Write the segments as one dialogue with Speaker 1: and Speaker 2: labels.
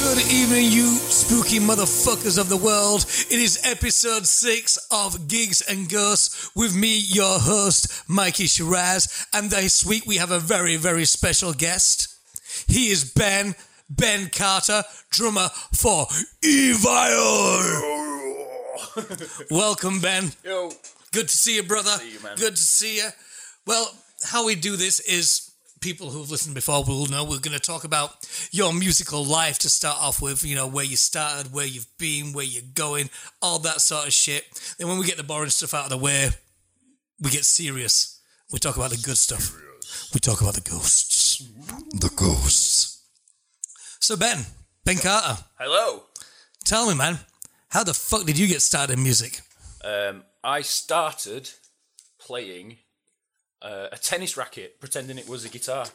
Speaker 1: Good evening, you spooky motherfuckers of the world. It is episode six of Gigs and Ghosts with me, your host, Mikey Shiraz. And this week we have a very, very special guest. He is Ben, Ben Carter, drummer for Evil. Welcome, Ben.
Speaker 2: Yo.
Speaker 1: Good to see you, brother.
Speaker 2: See you, man.
Speaker 1: Good to see you. Well, how we do this is people who've listened before will know we're going to talk about your musical life to start off with, you know, where you started, where you've been, where you're going, all that sort of shit. Then when we get the boring stuff out of the way, we get serious. We talk about the good stuff. We talk about the ghosts. The ghosts. So, Ben, Ben Carter,
Speaker 2: Hello.
Speaker 1: tell me, man, how the fuck did you get started in music?
Speaker 2: Um, I started playing uh, a tennis racket, pretending it was a guitar.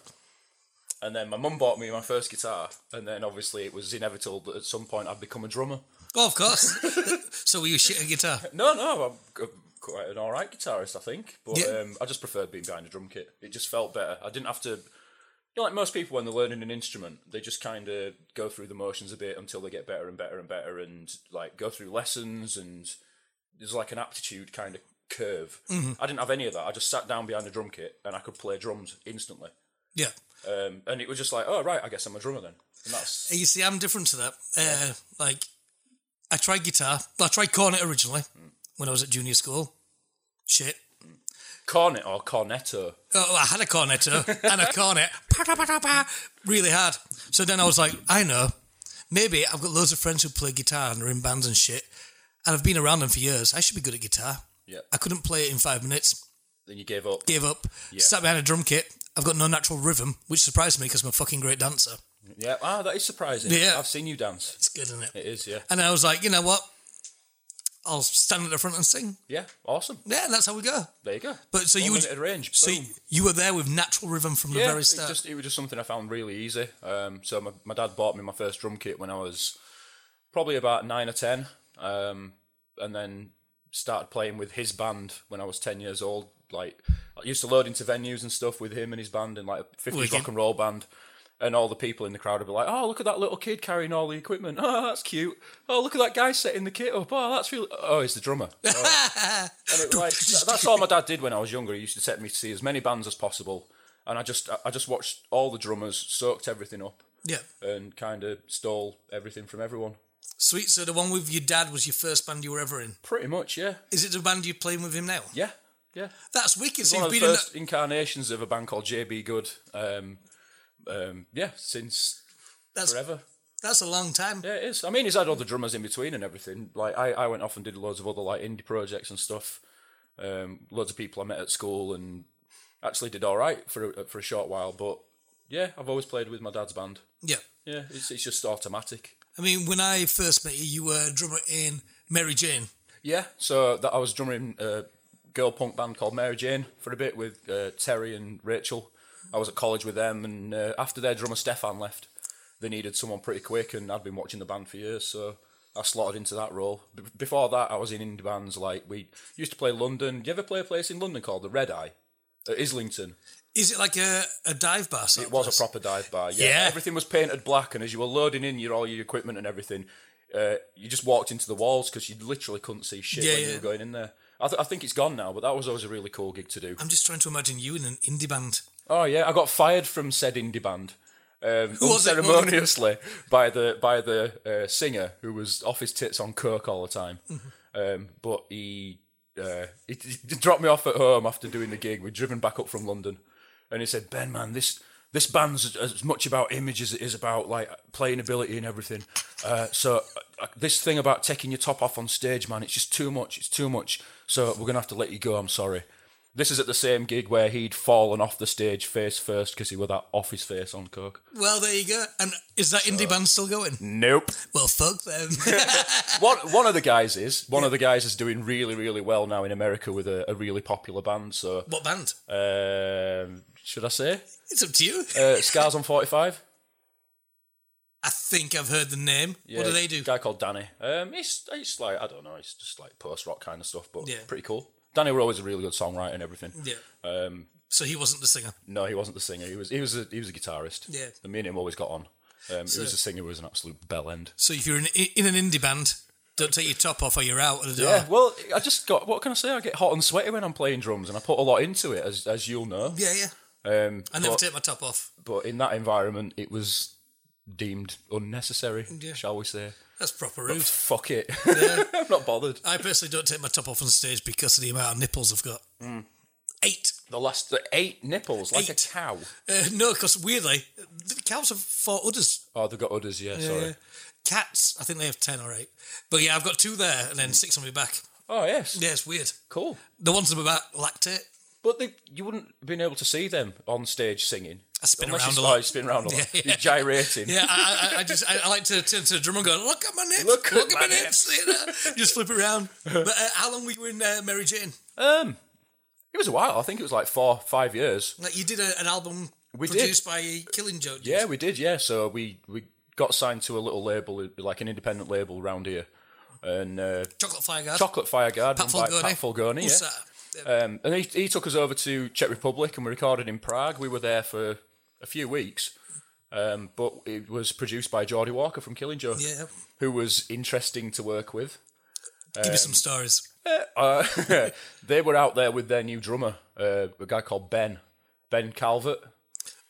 Speaker 2: And then my mum bought me my first guitar. And then obviously it was inevitable that at some point I'd become a drummer.
Speaker 1: Oh, of course. so, were you shit at guitar?
Speaker 2: No, no, I'm g- quite an alright guitarist, I think. But
Speaker 1: Yeah.
Speaker 2: um, I just preferred being behind a drum kit. It just felt better. I didn't have to. You know, like most people when they're learning an instrument, they just kind of go through the motions a bit until they get better and better and better and like go through lessons and there's like an aptitude kind of curve.
Speaker 1: Mm-hmm.
Speaker 2: I didn't have any of that. I just sat down behind a drum kit and I could play drums instantly.
Speaker 1: Yeah.
Speaker 2: Um, and it was just like, oh, right, I guess I'm a drummer then. And that's
Speaker 1: You see, I'm different to that. Uh, like, I tried guitar. I tried cornet originally when I was at junior school. Shit.
Speaker 2: cornet or cornetto.
Speaker 1: Oh, I had a cornetto and a cornet. Pa-da-pa-da-pa. Really hard. So then I was like, I know. Maybe I've got loads of friends who play guitar and are in bands and shit. And I've been around them for years. I should be good at guitar.
Speaker 2: Yeah.
Speaker 1: I couldn't play it in five minutes.
Speaker 2: Then you gave up.
Speaker 1: Gave up. Sat behind a drum kit. I've got no natural rhythm, which surprised me because I'm a fucking great dancer.
Speaker 2: Yeah. Ah, that is surprising.
Speaker 1: Yeah.
Speaker 2: I've seen you dance.
Speaker 1: It's good, isn't it?
Speaker 2: It is, yeah.
Speaker 1: And I was like, you know what? I'll stand at the front and sing.
Speaker 2: Yeah, awesome.
Speaker 1: Yeah, that's how we go.
Speaker 2: There you go.
Speaker 1: But so you would-
Speaker 2: Unlimited range.
Speaker 1: So
Speaker 2: boom.
Speaker 1: you, you were there with natural rhythm from the
Speaker 2: yeah,
Speaker 1: very
Speaker 2: it
Speaker 1: start.
Speaker 2: just it was just something I found really easy. Um, so my, my dad bought me my first drum kit when I was probably about nine or ten, um, and then started playing with his band when I was ten years old. Like I used to load into venues and stuff with him and his band and like fifties
Speaker 1: Wicked.
Speaker 2: rock and roll band. And all the people in the crowd would be like, "Oh, look at that little kid carrying all the equipment. Oh, that's cute. Oh, look at that guy setting the kit up. Oh, that's really. Oh, he's the drummer. And it, like, that- that's all my dad did when I was younger. He used to take me to see as many bands as possible, and I just I just watched all the drummers, soaked everything up,
Speaker 1: yeah,
Speaker 2: and kind of stole everything from everyone.
Speaker 1: sweet. So the one with your dad was your first band you were ever in.
Speaker 2: Pretty much, yeah,
Speaker 1: Is it the band you're playing with him now?
Speaker 2: yeah, yeah.
Speaker 1: That's wicked. So
Speaker 2: One
Speaker 1: you've
Speaker 2: of the
Speaker 1: been in
Speaker 2: first
Speaker 1: that.
Speaker 2: incarnations of a band called JB Good. Um, um, yeah, since
Speaker 1: That's,
Speaker 2: forever.
Speaker 1: that's a long time.
Speaker 2: Yeah, it is. I mean, he's had all the drummers in between and everything. Like, I, I went off and did loads of other like indie projects and stuff. Um, loads of people I met at school and actually did all right for a, for a short while. But yeah, I've always played with my dad's band.
Speaker 1: Yeah.
Speaker 2: Yeah, it's it's just automatic.
Speaker 1: I mean, when I first met you, you were a drummer in Mary Jane.
Speaker 2: Yeah, so that I was drumming a girl punk band called Mary Jane for a bit with uh, Terry and Rachel. I was at college with them, and uh, after their drummer Stefan left, they needed someone pretty quick, and I'd been watching the band for years, so I slotted into that role. B- before that, I was in indie bands like we used to play London. You ever play a place in London called the Red Eye? At Islington,
Speaker 1: Is it like a, a dive bar? sort
Speaker 2: it
Speaker 1: of
Speaker 2: was
Speaker 1: place?
Speaker 2: a proper dive bar. Yeah.
Speaker 1: Yeah.
Speaker 2: everything was painted black, and as you were loading in your all your equipment and everything, uh, you just walked into the walls because you literally couldn't see shit
Speaker 1: Yeah,
Speaker 2: when
Speaker 1: yeah.
Speaker 2: you were going in there. I, th- I think it's gone now, but that was always a really cool gig to do.
Speaker 1: I'm just trying to imagine you in an indie band.
Speaker 2: Oh yeah, I got fired from said indie band. Um,
Speaker 1: was it?
Speaker 2: unceremoniously by the by the uh, singer who was off his tits on coke all the time, um, but he, uh, he he dropped me off at home after doing the gig. We'd driven back up from London, and he said, "Ben, man, this this band's as as much about image as it is about like playing ability and everything. Uh, so uh, this thing about taking your top off on stage, man, it's just too much. It's too much. So we're gonna have to let you go. I'm sorry." This is at the same gig where he'd fallen off the stage face first because he wore that off his face on coke.
Speaker 1: Well, there you go. And is that indie band still going?
Speaker 2: Nope.
Speaker 1: Well, fuck them.
Speaker 2: one one of the guys is one of the guys is doing really really well now in America with a, a really popular band. So
Speaker 1: what band?
Speaker 2: um, should I say
Speaker 1: It's up to you.
Speaker 2: uh, Scars on Forty Five?
Speaker 1: I think I've heard the name. what do they do?
Speaker 2: Guy called Danny. Um, it's it's like I don't know. It's just like post rock kind of stuff, but
Speaker 1: Yeah.
Speaker 2: pretty cool. Danny were always a really good songwriter and everything.
Speaker 1: Yeah.
Speaker 2: Um,
Speaker 1: So he wasn't the singer.
Speaker 2: no, he wasn't the singer. He was he was a, he was a guitarist.
Speaker 1: Yeah.
Speaker 2: And me and him always got on. Um, who was a singer who was an absolute bell end.
Speaker 1: So if you're in, in an indie band, don't take your top off or you're out. At the
Speaker 2: Yeah,
Speaker 1: door.
Speaker 2: well, I just got. What can I say? I get hot and sweaty when I'm playing drums, and I put a lot into it, as as you'll know.
Speaker 1: yeah, yeah.
Speaker 2: Um,
Speaker 1: I never
Speaker 2: but,
Speaker 1: take my top off.
Speaker 2: but in that environment, it was deemed unnecessary,
Speaker 1: Yeah.
Speaker 2: shall we say?
Speaker 1: That's proper rude.
Speaker 2: Fuck it, I'm not bothered.
Speaker 1: I personally don't take my top off on stage because of the amount of nipples I've got.
Speaker 2: Mm.
Speaker 1: Eight.
Speaker 2: The last the eight nipples, like
Speaker 1: Eight.
Speaker 2: a cow.
Speaker 1: Uh, no, because weirdly, the cows have four udders.
Speaker 2: Oh, they've got udders. Yeah, sorry.
Speaker 1: Uh, cats, I think they have ten or eight. But yeah, I've got two there and then six on my back.
Speaker 2: Oh yes,
Speaker 1: Yeah, it's weird.
Speaker 2: cool.
Speaker 1: The ones on my back lactate.
Speaker 2: But they, you wouldn't have been able to see them on stage singing.
Speaker 1: I spin
Speaker 2: Unless
Speaker 1: around
Speaker 2: you
Speaker 1: a
Speaker 2: start
Speaker 1: lot.
Speaker 2: spin around a lot.
Speaker 1: Yeah,
Speaker 2: You're gyrating.
Speaker 1: Yeah, I, I, I just I, I like to turn to the drummer and go, look at my nips,
Speaker 2: Look
Speaker 1: look, at
Speaker 2: at
Speaker 1: my
Speaker 2: my
Speaker 1: nips, you know? just flip it around. But uh, how long were you in uh, Mary Jane?
Speaker 2: It was a while. I think it was like four, five years.
Speaker 1: Like you did a, an album
Speaker 2: We did.
Speaker 1: produced by uh, Killing Joke. didn't
Speaker 2: Yeah,
Speaker 1: you?
Speaker 2: we did. Yeah, so we we got signed to a little label, like an independent label round here, and uh,
Speaker 1: Chocolate Fire Guard.
Speaker 2: Chocolate Fire Garden
Speaker 1: Pat
Speaker 2: by
Speaker 1: Fulgoni.
Speaker 2: Pat Fulgoni.
Speaker 1: What's
Speaker 2: Yeah.
Speaker 1: that?
Speaker 2: Um, and he, he took us over to Czech Republic, and we recorded in Prague. We were there for a few weeks, um, but it was produced by Geordie Walker from Killing Joe,
Speaker 1: Yeah.
Speaker 2: who was interesting to work with.
Speaker 1: Give
Speaker 2: um,
Speaker 1: me some stories.
Speaker 2: Uh, they were out there with their new drummer, uh, a guy called Ben, Ben Calvert.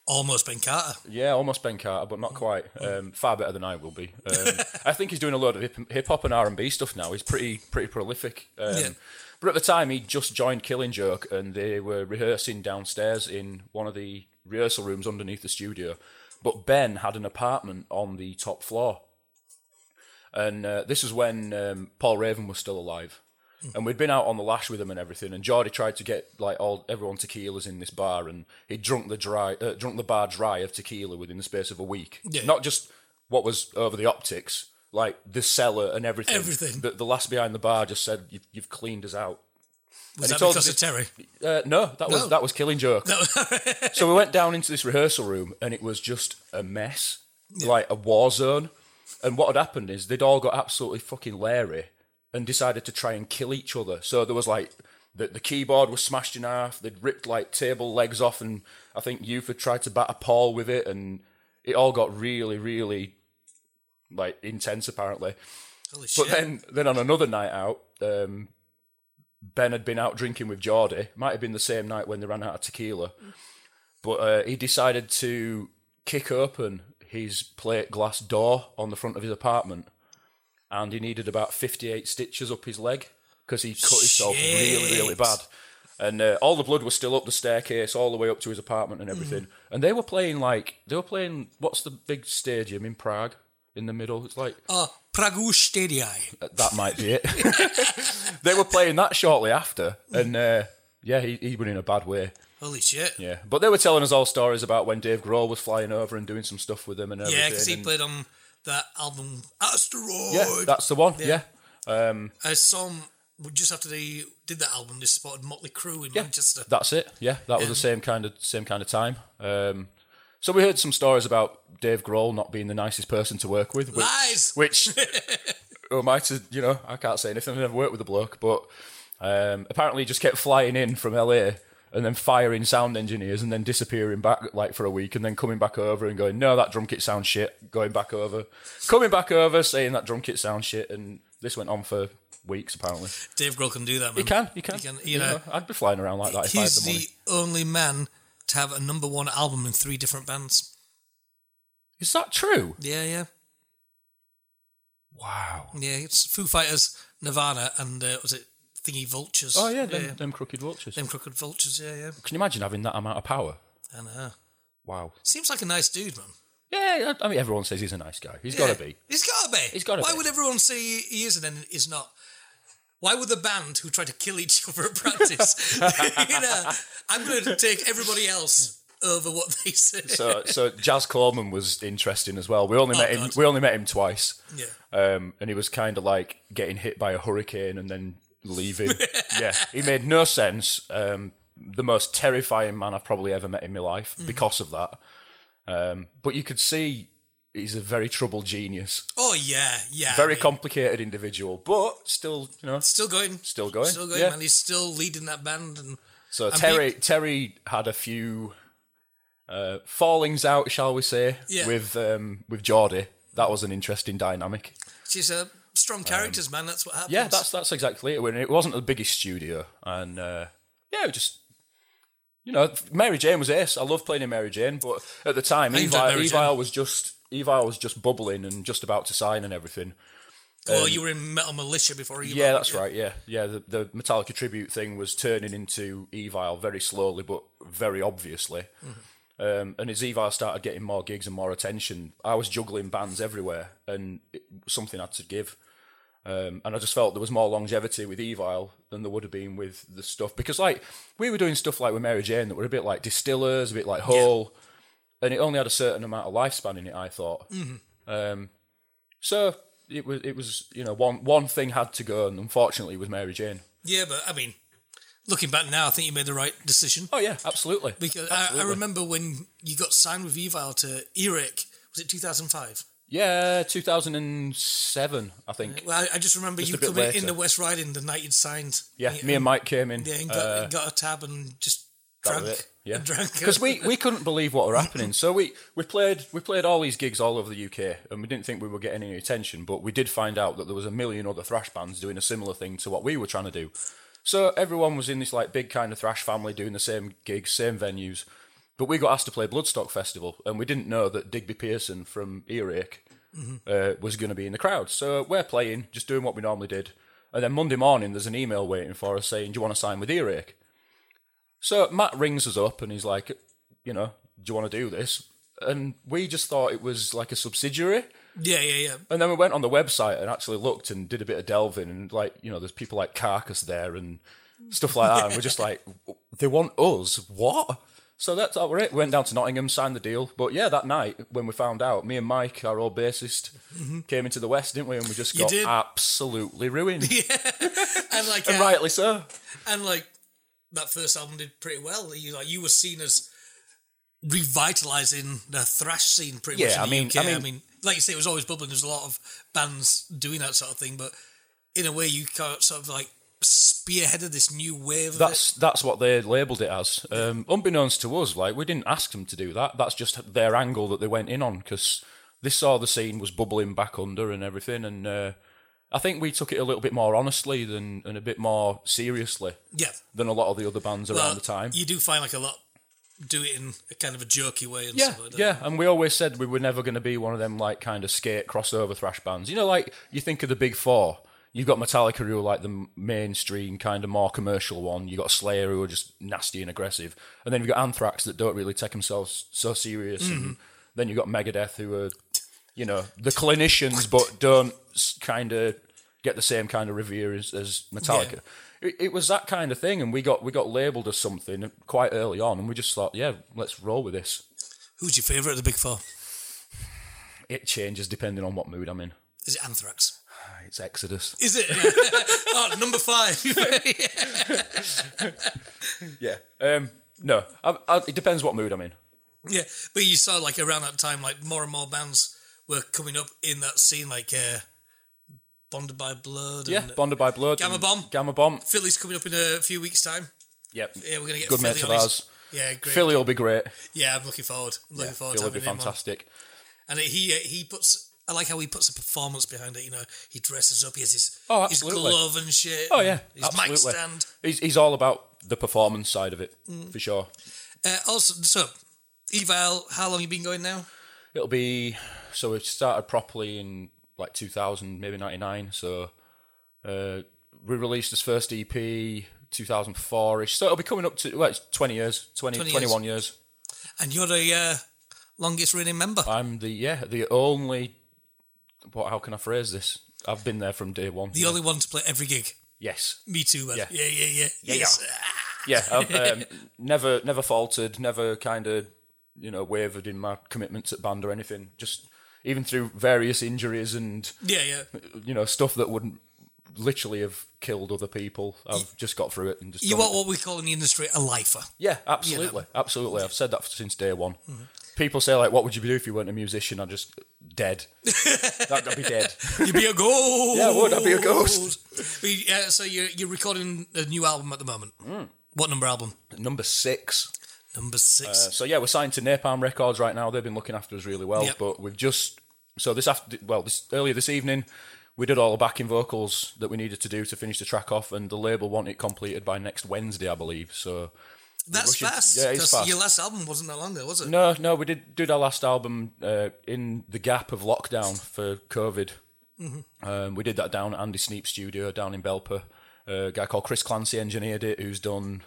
Speaker 1: Almost Ben Carter.
Speaker 2: Yeah, almost Ben Carter, but not quite. Um, far better than I will be. Um, I think he's doing a load of hip hop and R and B stuff now. He's pretty pretty prolific. Um,
Speaker 1: Yeah.
Speaker 2: But at the time, he just joined Killing Joke, and they were rehearsing downstairs in one of the rehearsal rooms underneath the studio. But Ben had an apartment on the top floor, and uh, this was when um, Paul Raven was still alive. And we'd been out on the lash with him and everything. And Geordie tried to get like all everyone tequilas in this bar, and he'd drunk the dry, uh, drunk the bar dry of tequila within the space of a week.
Speaker 1: Yeah.
Speaker 2: Not just what was over the optics, like the cellar and everything.
Speaker 1: Everything.
Speaker 2: The, the last behind the bar just said, "You've, you've cleaned us out."
Speaker 1: Was
Speaker 2: he
Speaker 1: that
Speaker 2: told
Speaker 1: because
Speaker 2: us
Speaker 1: of Terry?
Speaker 2: Uh, no, that was
Speaker 1: No.
Speaker 2: that was Killing Joke. so we went down into this rehearsal room, and it was just a mess, like a war zone. And what had happened is they'd all got absolutely fucking leery and decided to try and kill each other. So there was like the, the keyboard was smashed in half. They'd ripped like table legs off, and I think Youth had tried to batter Paul with it, and it all got really, really like intense apparently.
Speaker 1: Holy
Speaker 2: But
Speaker 1: shit.
Speaker 2: then, then on another night out, um, Ben had been out drinking with Geordie. Might have been the same night when they ran out of tequila, but uh, he decided to kick open his plate glass door on the front of his apartment, and he needed about fifty-eight stitches up his leg because he cut himself really, really
Speaker 1: Shit.
Speaker 2: bad. And uh, all the blood was still up the staircase, all the way up to his apartment and everything.
Speaker 1: Mm.
Speaker 2: And they were playing like they were playing. What's the big stadium in Prague in the middle? It's like
Speaker 1: Oh, Pragu Stadii.
Speaker 2: that might be it. they were playing that shortly after, and uh, yeah, he, he went in a bad way.
Speaker 1: Holy shit.
Speaker 2: Yeah, but they were telling us all stories about when Dave Grohl was flying over and doing some stuff with them and everything.
Speaker 1: Yeah, because he
Speaker 2: and-
Speaker 1: played on that album Asteroid.
Speaker 2: Yeah, that's the one. Yeah,
Speaker 1: I saw him just after they did that album. They spotted Motley Crue in Manchester.
Speaker 2: that's it. Yeah, that was the same kind of same kind of time. Um, so we heard some stories about Dave Grohl not being the nicest person to work with. Which,
Speaker 1: Lies.
Speaker 2: which who am I to you know I can't say anything I've never worked with a bloke but um, apparently he just kept flying in from LA and then firing sound engineers and then disappearing back like for a week and then coming back over and going no that drum kit sounds shit going back over coming back over saying that drum kit sounds shit and this went on for weeks apparently
Speaker 1: Dave Grohl can do that, man.
Speaker 2: you can you can,
Speaker 1: He can, you know,
Speaker 2: I'd be flying around like that if I had
Speaker 1: He's
Speaker 2: the money
Speaker 1: the only man to have a number one album in three different bands.
Speaker 2: is that true
Speaker 1: Yeah, yeah,
Speaker 2: wow
Speaker 1: yeah. It's Foo Fighters, Nirvana, and uh, was it Thingy Vultures?
Speaker 2: oh yeah them, them crooked vultures
Speaker 1: Them Crooked Vultures. Yeah, yeah.
Speaker 2: can you imagine having that amount of power
Speaker 1: I know.
Speaker 2: wow
Speaker 1: Seems like a nice dude, man.
Speaker 2: yeah I mean everyone says he's a nice guy He's got to
Speaker 1: Yeah.
Speaker 2: be
Speaker 1: He's gotta be.
Speaker 2: He's gotta
Speaker 1: Why
Speaker 2: be.
Speaker 1: would everyone say he he is and then he's not? Why would the band who try to kill each other at practice? you know, I'm going to take everybody else over what they say.
Speaker 2: so so Jazz Coleman was interesting as well. We only met him.
Speaker 1: Oh, God.
Speaker 2: We only met him twice,
Speaker 1: yeah.
Speaker 2: um, and he was kind of like getting hit by a hurricane and then leaving. yeah, he made no sense. Um, the most terrifying man I've probably ever met in my life
Speaker 1: Mm.
Speaker 2: because of that. Um, but you could see he's a very troubled genius,
Speaker 1: Oh yeah, yeah.
Speaker 2: very
Speaker 1: I mean,
Speaker 2: complicated individual, but still, you know,
Speaker 1: still going.
Speaker 2: still going.
Speaker 1: Still going,
Speaker 2: yeah.
Speaker 1: man. He's still leading that band, and
Speaker 2: So
Speaker 1: And
Speaker 2: Terry Terry had a few Uh, fallings out, shall we say,
Speaker 1: Yeah.
Speaker 2: with um, with Geordie. That was an interesting dynamic.
Speaker 1: She's a strong characters, man. That's what happens.
Speaker 2: Um, Yeah, that's that's exactly it. When it wasn't the biggest studio, and uh, yeah, it was just you know, Mary Jane was ace. I love playing in Mary Jane, but at the time,
Speaker 1: enjoyed
Speaker 2: Evil,
Speaker 1: Mary
Speaker 2: Evil was just Evil was just bubbling and just about to sign and everything.
Speaker 1: Well, you were in Metal Militia before you.
Speaker 2: um, Yeah, that's right. Yeah, yeah. The, the Metallica tribute thing was turning into Evil very slowly, but very obviously. Um, and as Evil started getting more gigs and more attention, I was juggling bands everywhere, and it, something had to give. Um, and I just felt there was more longevity with Evil than there would have been with the stuff because, like, we were doing stuff like with Mary Jane that were a bit like Distillers, a bit like Hull, and it only had a certain amount of lifespan in it. I thought. Um, so it was it was you know one one thing had to go, and unfortunately it was Mary Jane.
Speaker 1: Yeah, but I mean, looking back now, I think you made the right decision
Speaker 2: Oh yeah, absolutely.
Speaker 1: because I, I remember when you got signed with Evil to Eric. Was it 2005?
Speaker 2: yeah, two thousand and seven, I think.
Speaker 1: Well, I, I just remember you
Speaker 2: a bit
Speaker 1: coming in
Speaker 2: later.
Speaker 1: the West Riding the night you'd signed.
Speaker 2: Yeah, me and Mike came in.
Speaker 1: Yeah, and got,
Speaker 2: uh,
Speaker 1: got a tab and just
Speaker 2: that
Speaker 1: drank.
Speaker 2: was it. Yeah,
Speaker 1: and drank.
Speaker 2: because we, we couldn't believe what were happening. So we, we played we played all these gigs all over the UK, and we didn't think we were getting any attention. But we did find out that there was a million other thrash bands doing a similar thing to what we were trying to do. So everyone was in this like big kind of thrash family doing the same gigs, same venues. But we got asked to play Bloodstock Festival, and we didn't know that Digby Pearson from Earache uh, was going to be in the crowd. So we're playing, just doing what we normally did. And then Monday morning, there's an email waiting for us saying, "Do you want to sign with Earache?" So Matt rings us up and he's like, you know, do you want to do this? And we just thought it was like a subsidiary.
Speaker 1: yeah, yeah, yeah.
Speaker 2: And then we went on the website and actually looked and did a bit of delving. And like, you know, there's people like Carcass there and stuff like that. And we're just like, they want us? What? So that's how we're it. We went down to Nottingham, signed the deal. But yeah, that night when we found out, me and Mike, our old bassist, came into the West, didn't we? And we just got
Speaker 1: did.
Speaker 2: absolutely ruined.
Speaker 1: And like,
Speaker 2: And
Speaker 1: uh,
Speaker 2: rightly so.
Speaker 1: and like that first album did pretty well. You like you were seen as revitalizing the thrash scene pretty
Speaker 2: Yeah,
Speaker 1: much.
Speaker 2: I mean-
Speaker 1: In the UK.
Speaker 2: I mean-
Speaker 1: like you say, it was always bubbling. There's a lot of bands doing that sort of thing, but in a way, you kind of sort of like spearheaded this new wave. of it.
Speaker 2: That's that's what they labelled it as. Um, unbeknownst to us, like we didn't ask them to do that. That's just their angle that they went in on because they saw the scene was bubbling back under and everything. And uh, I think we took it a little bit more honestly than and a bit more seriously
Speaker 1: yeah.
Speaker 2: than a lot of the other bands around
Speaker 1: Well,
Speaker 2: the time.
Speaker 1: you do find like a lot do it in a kind of a jerky way and
Speaker 2: Yeah,
Speaker 1: stuff like that.
Speaker 2: yeah, and we always said we were never going to be one of them like kind of skate crossover thrash bands. You know, like you think of the big four. You've got Metallica who are like the m- mainstream kind of more commercial one. You've got Slayer who are just nasty and aggressive, and then you've got Anthrax that don't really take themselves so serious.
Speaker 1: Mm-hmm.
Speaker 2: And then you've got Megadeth who are, you know, the clinicians but don't kind of get the same kind of revere as, as Metallica. It, it was that kind of thing, and we got we got labelled as something quite early on, and we just thought, yeah, let's roll with this
Speaker 1: Who's your favourite of the Big Four?
Speaker 2: it changes depending on what mood I'm in.
Speaker 1: Is it Anthrax?
Speaker 2: It's Exodus.
Speaker 1: Is it? oh, number five.
Speaker 2: Yeah. Um. No. I, I, it depends what mood I'm in.
Speaker 1: Yeah, but you saw like around that time, like more and more bands were coming up in that scene, like uh, Bonded by Blood.
Speaker 2: Yeah.
Speaker 1: and
Speaker 2: Bonded by Blood.
Speaker 1: Gamma
Speaker 2: and-
Speaker 1: Bomb.
Speaker 2: Gamma Bomb.
Speaker 1: Philly's coming up in a few weeks' time.
Speaker 2: Yep.
Speaker 1: Yeah, we're gonna get
Speaker 2: Good
Speaker 1: Philly
Speaker 2: mate of
Speaker 1: on his-
Speaker 2: ours.
Speaker 1: Yeah, great.
Speaker 2: Philly will be great.
Speaker 1: Yeah, I'm looking forward. I'm looking forward
Speaker 2: Philly
Speaker 1: to
Speaker 2: will be
Speaker 1: having him on.
Speaker 2: fantastic.
Speaker 1: And he uh, he puts. I like how he puts a performance behind it. You know, he dresses up. He has his
Speaker 2: Oh,
Speaker 1: his
Speaker 2: absolutely.
Speaker 1: glove and shit.
Speaker 2: Oh yeah.
Speaker 1: his
Speaker 2: absolutely.
Speaker 1: mic stand. Mm.
Speaker 2: He's he's all about the performance side of it for sure.
Speaker 1: Uh, also, so Eval, how long you been going now?
Speaker 2: It'll be so it started properly in like 2000, maybe 99. So uh, we released this first E EP 2004ish. So it'll be coming up to well, it's 20 years, 20,
Speaker 1: 20 years.
Speaker 2: 21 years.
Speaker 1: And you're the uh, longest running member.
Speaker 2: I'm the yeah the only. What? How can I phrase this? I've been there from day one.
Speaker 1: the only one to play every gig.
Speaker 2: yes.
Speaker 1: Me too, man. Yeah,
Speaker 2: Yeah.
Speaker 1: yeah, yeah.
Speaker 2: Yeah,
Speaker 1: yes.
Speaker 2: Yeah. I've um, never never faltered. Never kind of you know wavered in my commitments at band or anything. Just even through various injuries and
Speaker 1: Yeah, yeah.
Speaker 2: you know stuff that wouldn't literally have killed other people. I've just got through it and just.
Speaker 1: You
Speaker 2: done
Speaker 1: are
Speaker 2: it.
Speaker 1: what we call in the industry a lifer.
Speaker 2: Yeah, absolutely, absolutely. I've said that since day one.
Speaker 1: Mm-hmm.
Speaker 2: People say like, "What would you do if you weren't a musician?" I'm just dead. That- I'd be dead.
Speaker 1: You'd be a ghost.
Speaker 2: Yeah, I would. I'd be a ghost.
Speaker 1: We- uh,
Speaker 2: Mm.
Speaker 1: yeah, so you're, you're recording a new album at the moment. What number album?
Speaker 2: Number six.
Speaker 1: Number six.
Speaker 2: Uh, so yeah, we're signed to Napalm Records right now. They've been looking after us really well,
Speaker 1: Yep.
Speaker 2: but we've just so this after well this earlier this evening we did all the backing vocals that we needed to do to finish the track off, and the label want it completed by next Wednesday, I believe. So
Speaker 1: That's
Speaker 2: Russian-
Speaker 1: fast.
Speaker 2: yeah, it's
Speaker 1: 'cause
Speaker 2: fast.
Speaker 1: Your last album wasn't that long ago, was it?
Speaker 2: no, no, we did did our last album uh, in the gap of lockdown for COVID. Um, we did that down at Andy Sneap Studio down in Belper. Uh, a guy called Chris Clancy engineered it, who's done,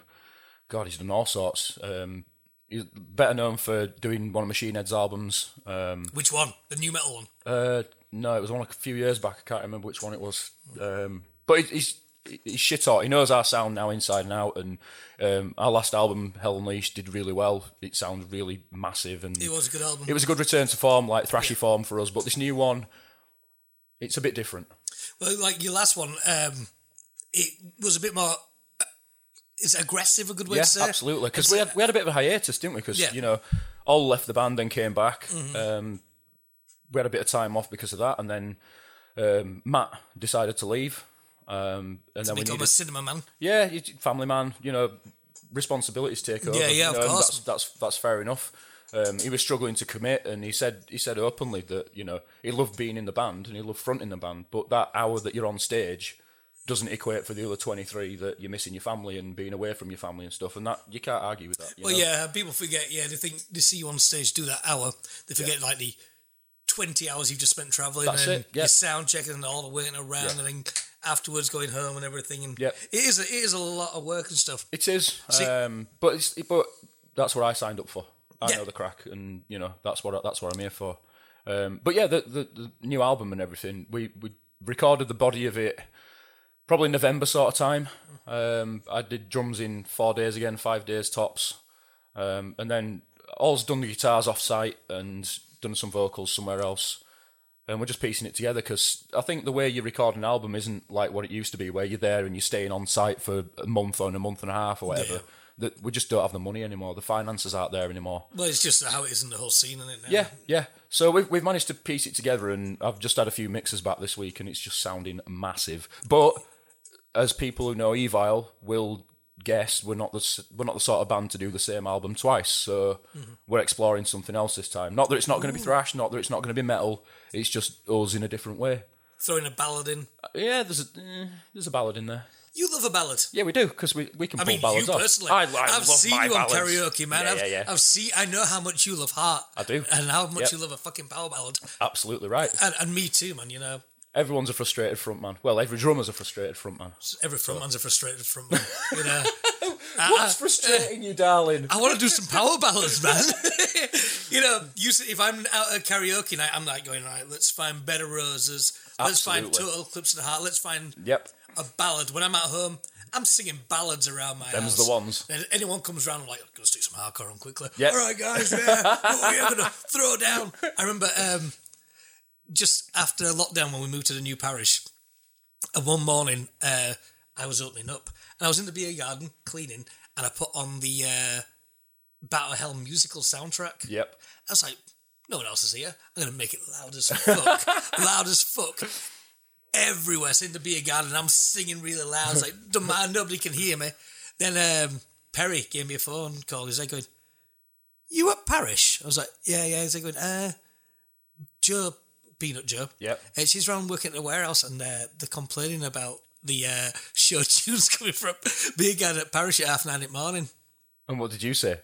Speaker 2: God, he's done all sorts. Um, he's better known for doing one of Machine Head's albums. Um,
Speaker 1: Which one? The new metal one.
Speaker 2: uh, no, it was one like a few years back. I can't remember which one it was. Um, but he- he's he's shit hot. He knows our sound now inside and out. And um, our last album, Hell Unleashed, did really well. It sounds really massive and
Speaker 1: It was a good album.
Speaker 2: it was a good return to form, like thrashy form for us. But this new one, it's a bit different.
Speaker 1: Well, like your last one, um, it was a bit more. uh, Is aggressive a good way
Speaker 2: Yeah,
Speaker 1: to say? it?
Speaker 2: absolutely. Because we had we had a bit of a hiatus, didn't we? Because
Speaker 1: uh, Yeah. Mm-hmm.
Speaker 2: you know, all left the band and came back. Um, we had a bit of time off because of that, and then um, Matt decided to leave. Um, and then we
Speaker 1: Become
Speaker 2: needed,
Speaker 1: a cinema man.
Speaker 2: yeah, you- family man, you know, responsibilities take over.
Speaker 1: yeah,
Speaker 2: you
Speaker 1: of
Speaker 2: know, and
Speaker 1: course.
Speaker 2: That's, that's that's fair enough. Um, he was struggling to commit, and he said he said openly that you know he loved being in the band and he loved fronting the band, but that hour that you're on stage doesn't equate for the other 23 that you're missing your family and being away from your family and stuff, and that you can't argue with that. you
Speaker 1: Well,
Speaker 2: know?
Speaker 1: yeah, people forget. Yeah, they think they see you on stage do that hour. They forget like the twenty hours you've just spent traveling
Speaker 2: That's
Speaker 1: and
Speaker 2: it, yeah.
Speaker 1: your sound checking and all the waiting around and then afterwards going home and everything. And
Speaker 2: Yeah.
Speaker 1: it is a, it is a lot of work and stuff.
Speaker 2: It is, um, but it's, but that's what I signed up for. I
Speaker 1: Yeah.
Speaker 2: know the crack, and you know that's what I- that's what I'm here for. Um, but yeah, the, the the new album and everything, we we recorded the body of it probably November sort of time. Um, I did drums in four days again, five days tops, um, and then all's done the guitars off site and done some vocals somewhere else. And we're just piecing it together because I think the way you record an album isn't like what it used to be, where you're there and you're staying on site for a month or a month and a half or whatever. That we just don't have the money anymore. The finances aren't there anymore.
Speaker 1: Well, it's just how it is in the whole scene, isn't it? Now?
Speaker 2: Yeah, yeah. So we've we've managed to piece it together, and I've just had a few mixes back this week, and it's just sounding massive. But as people who know Evil will guess, we're not the s- we're not the sort of band to do the same album twice. So we're exploring something else this time. Not that it's not going to be thrash, not that it's not going to be metal. It's just us in a different way.
Speaker 1: Throwing a ballad in.
Speaker 2: Yeah, there's a eh, there's a ballad in there.
Speaker 1: You love a ballad.
Speaker 2: Yeah, we do because we, we can
Speaker 1: I
Speaker 2: pull
Speaker 1: mean, you
Speaker 2: ballads off.
Speaker 1: personally.
Speaker 2: I, I love
Speaker 1: have seen
Speaker 2: my
Speaker 1: you
Speaker 2: ballads.
Speaker 1: on karaoke, man.
Speaker 2: Yeah,
Speaker 1: I've,
Speaker 2: yeah, yeah.
Speaker 1: I've seen. I know how much you love heart. I
Speaker 2: do.
Speaker 1: and how much
Speaker 2: Yep.
Speaker 1: you love a fucking power ballad,
Speaker 2: Absolutely right.
Speaker 1: and, and me too, man. You know,
Speaker 2: Everyone's a frustrated frontman. Well, every drummer's a frustrated frontman.
Speaker 1: every frontman's a frustrated frontman. You know, uh,
Speaker 2: What's frustrating you, darling?
Speaker 1: I want to do some power ballads, man. you know, you see, if I'm out at karaoke night, I'm like going right. Let's find better roses. Let's find
Speaker 2: Absolutely.
Speaker 1: total clips of the heart. Let's find
Speaker 2: Yep.
Speaker 1: a ballad. When I'm at home, I'm singing ballads around my
Speaker 2: Them's
Speaker 1: house.
Speaker 2: the ones.
Speaker 1: Then anyone comes around, I'm like, gonna stick some hardcore on quickly.
Speaker 2: Yep.
Speaker 1: All right, guys, yeah, what we are gonna throw down. I remember um, just after lockdown when we moved to the new parish, and one morning uh, I was opening up and I was in the beer garden cleaning, and I put on the uh, Battle Hell musical soundtrack.
Speaker 2: Yep.
Speaker 1: I was like, no one else is here. I'm going to make it loud as fuck. loud as fuck. Everywhere. So in the beer garden, I'm singing really loud. It's like, don't mind, nobody can hear me. Then um, Perry gave me a phone call. He's like, going, you at Parish? I was like, yeah, yeah. He's like, going, uh, Joe, Peanut Joe.
Speaker 2: Yep.
Speaker 1: Uh, she's around working at a warehouse and uh, they're complaining about the uh, show tunes coming from beer garden at Parish at half nine in the morning.
Speaker 2: And what did you say?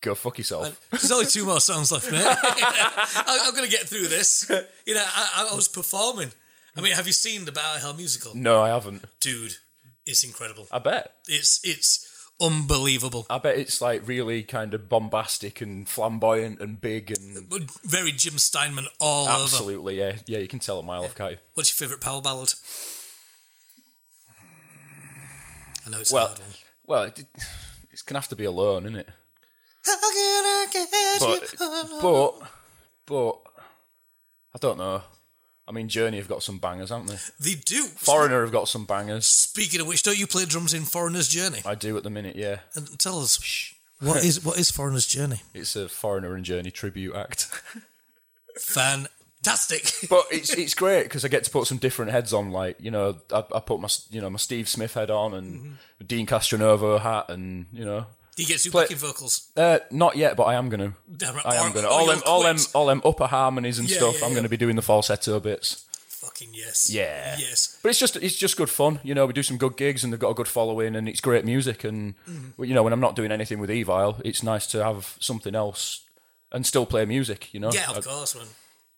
Speaker 2: Go fuck yourself.
Speaker 1: There's only two more songs left, mate. I, I'm going to get through this. You know, I, I was performing. I mean, have you seen the Battle Hell musical?
Speaker 2: no, I haven't.
Speaker 1: Dude, it's incredible.
Speaker 2: I bet.
Speaker 1: It's it's unbelievable.
Speaker 2: I bet it's like really kind of bombastic and flamboyant and big and
Speaker 1: But Very Jim Steinman all over.
Speaker 2: absolutely, yeah, yeah. You can tell a mile off, can't you?
Speaker 1: What's your favourite power ballad? I know it's a
Speaker 2: Well,
Speaker 1: hard one.
Speaker 2: well, it, it's gonna have to be alone, isn't it?
Speaker 1: How can I get
Speaker 2: But,
Speaker 1: you home?
Speaker 2: but, but, I don't know. I mean, Journey have got some bangers, haven't they?
Speaker 1: They do.
Speaker 2: Foreigner have got some bangers.
Speaker 1: Speaking of which, don't you play drums in Foreigner's Journey?
Speaker 2: I do at the minute, yeah.
Speaker 1: And tell us what is what is Foreigner's Journey?
Speaker 2: It's a Foreigner and Journey tribute act.
Speaker 1: Fantastic.
Speaker 2: but it's it's great because I get to put some different heads on. Like you know,
Speaker 1: Mm-hmm.
Speaker 2: I, I put my you know my Steve Smith head on and Dean Castronova hat, and you know
Speaker 1: Do you get two
Speaker 2: Play-
Speaker 1: backing vocals?
Speaker 2: Uh, not yet, but I am gonna.
Speaker 1: Damn right.
Speaker 2: I am
Speaker 1: Or-
Speaker 2: gonna.
Speaker 1: or
Speaker 2: All
Speaker 1: you'll
Speaker 2: them, all them,
Speaker 1: quit.
Speaker 2: all them upper harmonies and
Speaker 1: Yeah,
Speaker 2: stuff.
Speaker 1: yeah,
Speaker 2: I'm
Speaker 1: yeah.
Speaker 2: gonna be doing the falsetto bits.
Speaker 1: Fucking yes.
Speaker 2: Yeah.
Speaker 1: Yes.
Speaker 2: But it's just, it's just good fun. You know, we do some good gigs and they've got a good following and it's great music. And
Speaker 1: Mm-hmm.
Speaker 2: well, you know, when I'm not doing anything with Evil, it's nice to have something else and still play music. You know.
Speaker 1: Yeah,
Speaker 2: I-
Speaker 1: of course, man.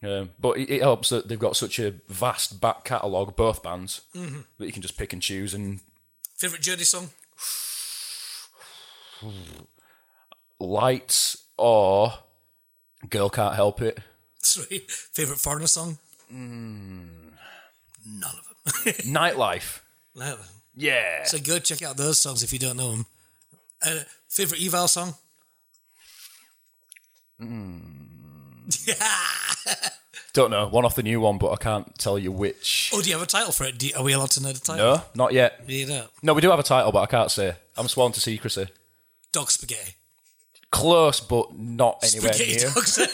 Speaker 2: Um, but it, it helps that they've got such a vast back catalogue, both bands,
Speaker 1: Mm-hmm.
Speaker 2: that you can just pick and choose. And
Speaker 1: Favorite Journey song?
Speaker 2: Lights or Girl Can't Help It.
Speaker 1: Sweet. Favorite foreigner song? None of them.
Speaker 2: Nightlife.
Speaker 1: None of them.
Speaker 2: Yeah.
Speaker 1: So go check out those songs if you don't know them. Uh, favorite Eval song?
Speaker 2: Hmm.
Speaker 1: Yeah.
Speaker 2: Don't know. One off the new one, but I can't tell you which.
Speaker 1: Oh, do you have a title for it? Do you, are we allowed to know the title?
Speaker 2: No, not yet.
Speaker 1: Do you know?
Speaker 2: No, we do have a title, but I can't say. I'm sworn to secrecy.
Speaker 1: Dog spaghetti.
Speaker 2: Close, but not anywhere
Speaker 1: Spaghetti
Speaker 2: near.
Speaker 1: dogs.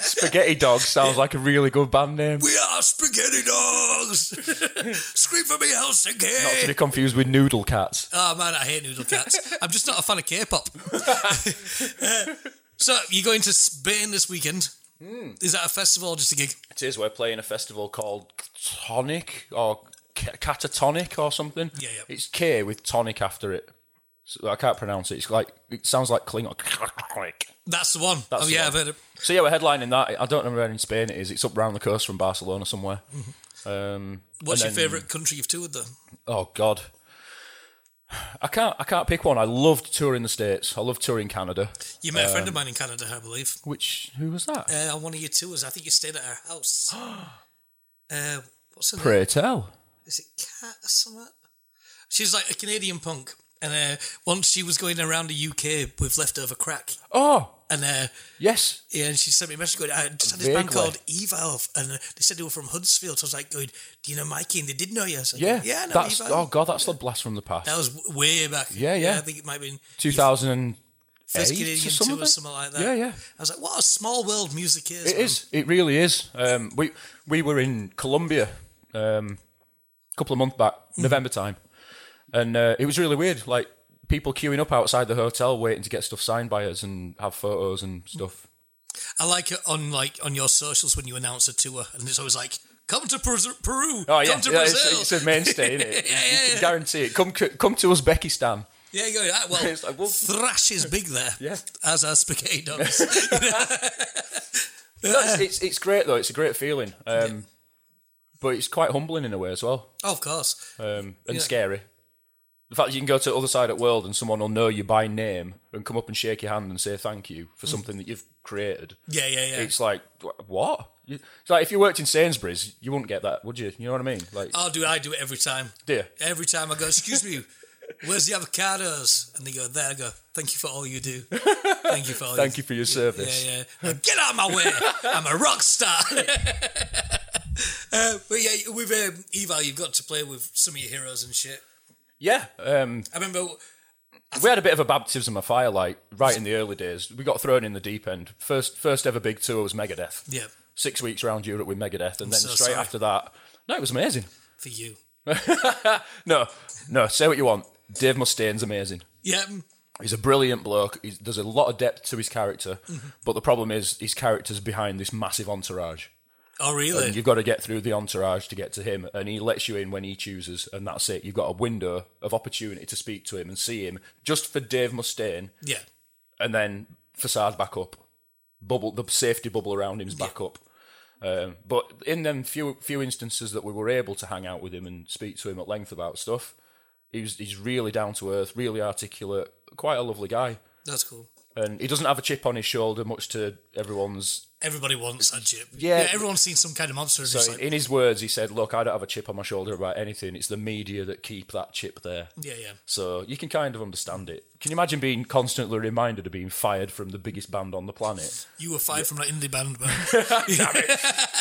Speaker 2: Spaghetti Dog sounds like a really good band name.
Speaker 1: we are spaghetti dogs. Scream for me, Helsinki.
Speaker 2: Not to be confused with Noodle Cats.
Speaker 1: Oh man, I hate noodle cats. I'm just not a fan of K-pop. Uh, so you're going to Spain this weekend?
Speaker 2: Hmm.
Speaker 1: Is that a festival or just a gig?
Speaker 2: It is. We're playing a festival called Tonic or Ca- Catatonic or something.
Speaker 1: Yeah, yeah.
Speaker 2: It's K with tonic after it. So I can't pronounce it. It's like it sounds like Klingon. Catatonic.
Speaker 1: That's the one. oh
Speaker 2: the
Speaker 1: yeah,
Speaker 2: one.
Speaker 1: I've heard it.
Speaker 2: So yeah, we're headlining that. I don't know where in Spain it is. It's up round the coast from Barcelona somewhere.
Speaker 1: Hmm.
Speaker 2: Um,
Speaker 1: What's
Speaker 2: and
Speaker 1: your
Speaker 2: then-
Speaker 1: favourite country you've toured though?
Speaker 2: Oh God, I can't. I can't pick one. I loved touring the states. I loved touring Canada.
Speaker 1: You met a
Speaker 2: Um,
Speaker 1: friend of mine in Canada, I believe,
Speaker 2: Which who was that?
Speaker 1: uh, on one of your tours. I think you stayed at her house. uh, what's her name?
Speaker 2: Pray tell.
Speaker 1: Is it Cat or something? She's like a Canadian punk, and uh, once she was going around the UK with leftover crack,
Speaker 2: Oh
Speaker 1: and uh,
Speaker 2: yes,
Speaker 1: Yeah, and she sent me a message going, I just had this band
Speaker 2: Vaguely.
Speaker 1: called Eval, and they said they were from Huddersfield. So I was like, going, Do you know Mikey? And they did know you. So I was
Speaker 2: yeah,
Speaker 1: like, yeah, I know
Speaker 2: That's
Speaker 1: Eval.
Speaker 2: oh God, that's the blast from the past.
Speaker 1: That was w- way back.
Speaker 2: Yeah, yeah.
Speaker 1: I think it might have been
Speaker 2: Two thousand and
Speaker 1: first
Speaker 2: eight or
Speaker 1: Canadian
Speaker 2: something?
Speaker 1: tour or something like that.
Speaker 2: Yeah, yeah.
Speaker 1: I was like, What a small world music is.
Speaker 2: It is. It really is. Um, we we were in Colombia um, a couple of months back,
Speaker 1: Hmm.
Speaker 2: November time, and uh, it was really weird. Like people queuing up outside the hotel, waiting to get stuff signed by us and have photos and stuff.
Speaker 1: I like it on like on your socials when you announce a tour, and it's always like, Come to Peru. Peru
Speaker 2: Oh yeah,
Speaker 1: come to
Speaker 2: yeah,
Speaker 1: Brazil.
Speaker 2: it's, it's a mainstay, isn't it?
Speaker 1: Yeah,
Speaker 2: You
Speaker 1: yeah,
Speaker 2: can
Speaker 1: yeah.
Speaker 2: guarantee it. Come, c- come to Uzbekistan.
Speaker 1: yeah, you go, ah, well,
Speaker 2: It's like, well-
Speaker 1: thrash is big there,
Speaker 2: Yeah.
Speaker 1: as are spaghetti dogs.
Speaker 2: That's, it's it's great though. It's a great feeling, um, but it's quite humbling in a way as well,
Speaker 1: Oh, of course.
Speaker 2: um, and scary. The fact that you can go to the other side of the world and someone will know you by name and come up and shake your hand and say thank you for something that you've created.
Speaker 1: Yeah, yeah, Mm. yeah.
Speaker 2: It's like wh- what? You- It's like if you worked in Sainsbury's, you wouldn't get that, would you? You know what I mean? Like,
Speaker 1: Oh, do I do it every time?
Speaker 2: dear,
Speaker 1: Every time I go, excuse me, where's the avocados? And they go, there. I go, thank you for all you do. Thank you for all.
Speaker 2: thank you
Speaker 1: you.
Speaker 2: for your service.
Speaker 1: Yeah, yeah. Now, Get out of my way. I'm a rock star. uh, but yeah, with um, Eval, you've got to play with some of your heroes and shit.
Speaker 2: Yeah, um,
Speaker 1: I remember.
Speaker 2: we had a bit of a baptism of fire, like right in the early days. We got thrown in the deep end. First, first ever big tour was Megadeth.
Speaker 1: Yeah,
Speaker 2: Six weeks round Europe with Megadeth, and then
Speaker 1: so
Speaker 2: straight
Speaker 1: sorry.
Speaker 2: after that, no, it was amazing.
Speaker 1: for you.
Speaker 2: No, no, say what you want. Dave Mustaine's amazing.
Speaker 1: Yeah, mm,
Speaker 2: He's a brilliant bloke. He's, there's a lot of depth to his character,
Speaker 1: Mm-hmm.
Speaker 2: but the problem is his character's behind this massive entourage.
Speaker 1: Oh,
Speaker 2: And
Speaker 1: really?
Speaker 2: you've got to get through the entourage to get to him, and he lets you in when he chooses, and that's it. You've got a window of opportunity to speak to him and see him just for Dave Mustaine,
Speaker 1: Yeah.
Speaker 2: and then facade back up, bubble the safety bubble around him's back up. Um, but in them few few instances that we were able to hang out with him and speak to him at length about stuff, he was, he's really down to earth, really articulate, quite a lovely guy,
Speaker 1: That's cool.
Speaker 2: and he doesn't have a chip on his shoulder, much to everyone's
Speaker 1: Everybody wants that chip.
Speaker 2: Yeah.
Speaker 1: everyone's seen some kind of monster. and just
Speaker 2: So
Speaker 1: like,
Speaker 2: in his words, he said, "Look, I don't have a chip on my shoulder about anything. It's the media that keep that chip there."
Speaker 1: yeah, yeah.
Speaker 2: So you can kind of understand it. Can you imagine being constantly reminded of being fired from the biggest band on the planet?
Speaker 1: You were fired from that indie band, man.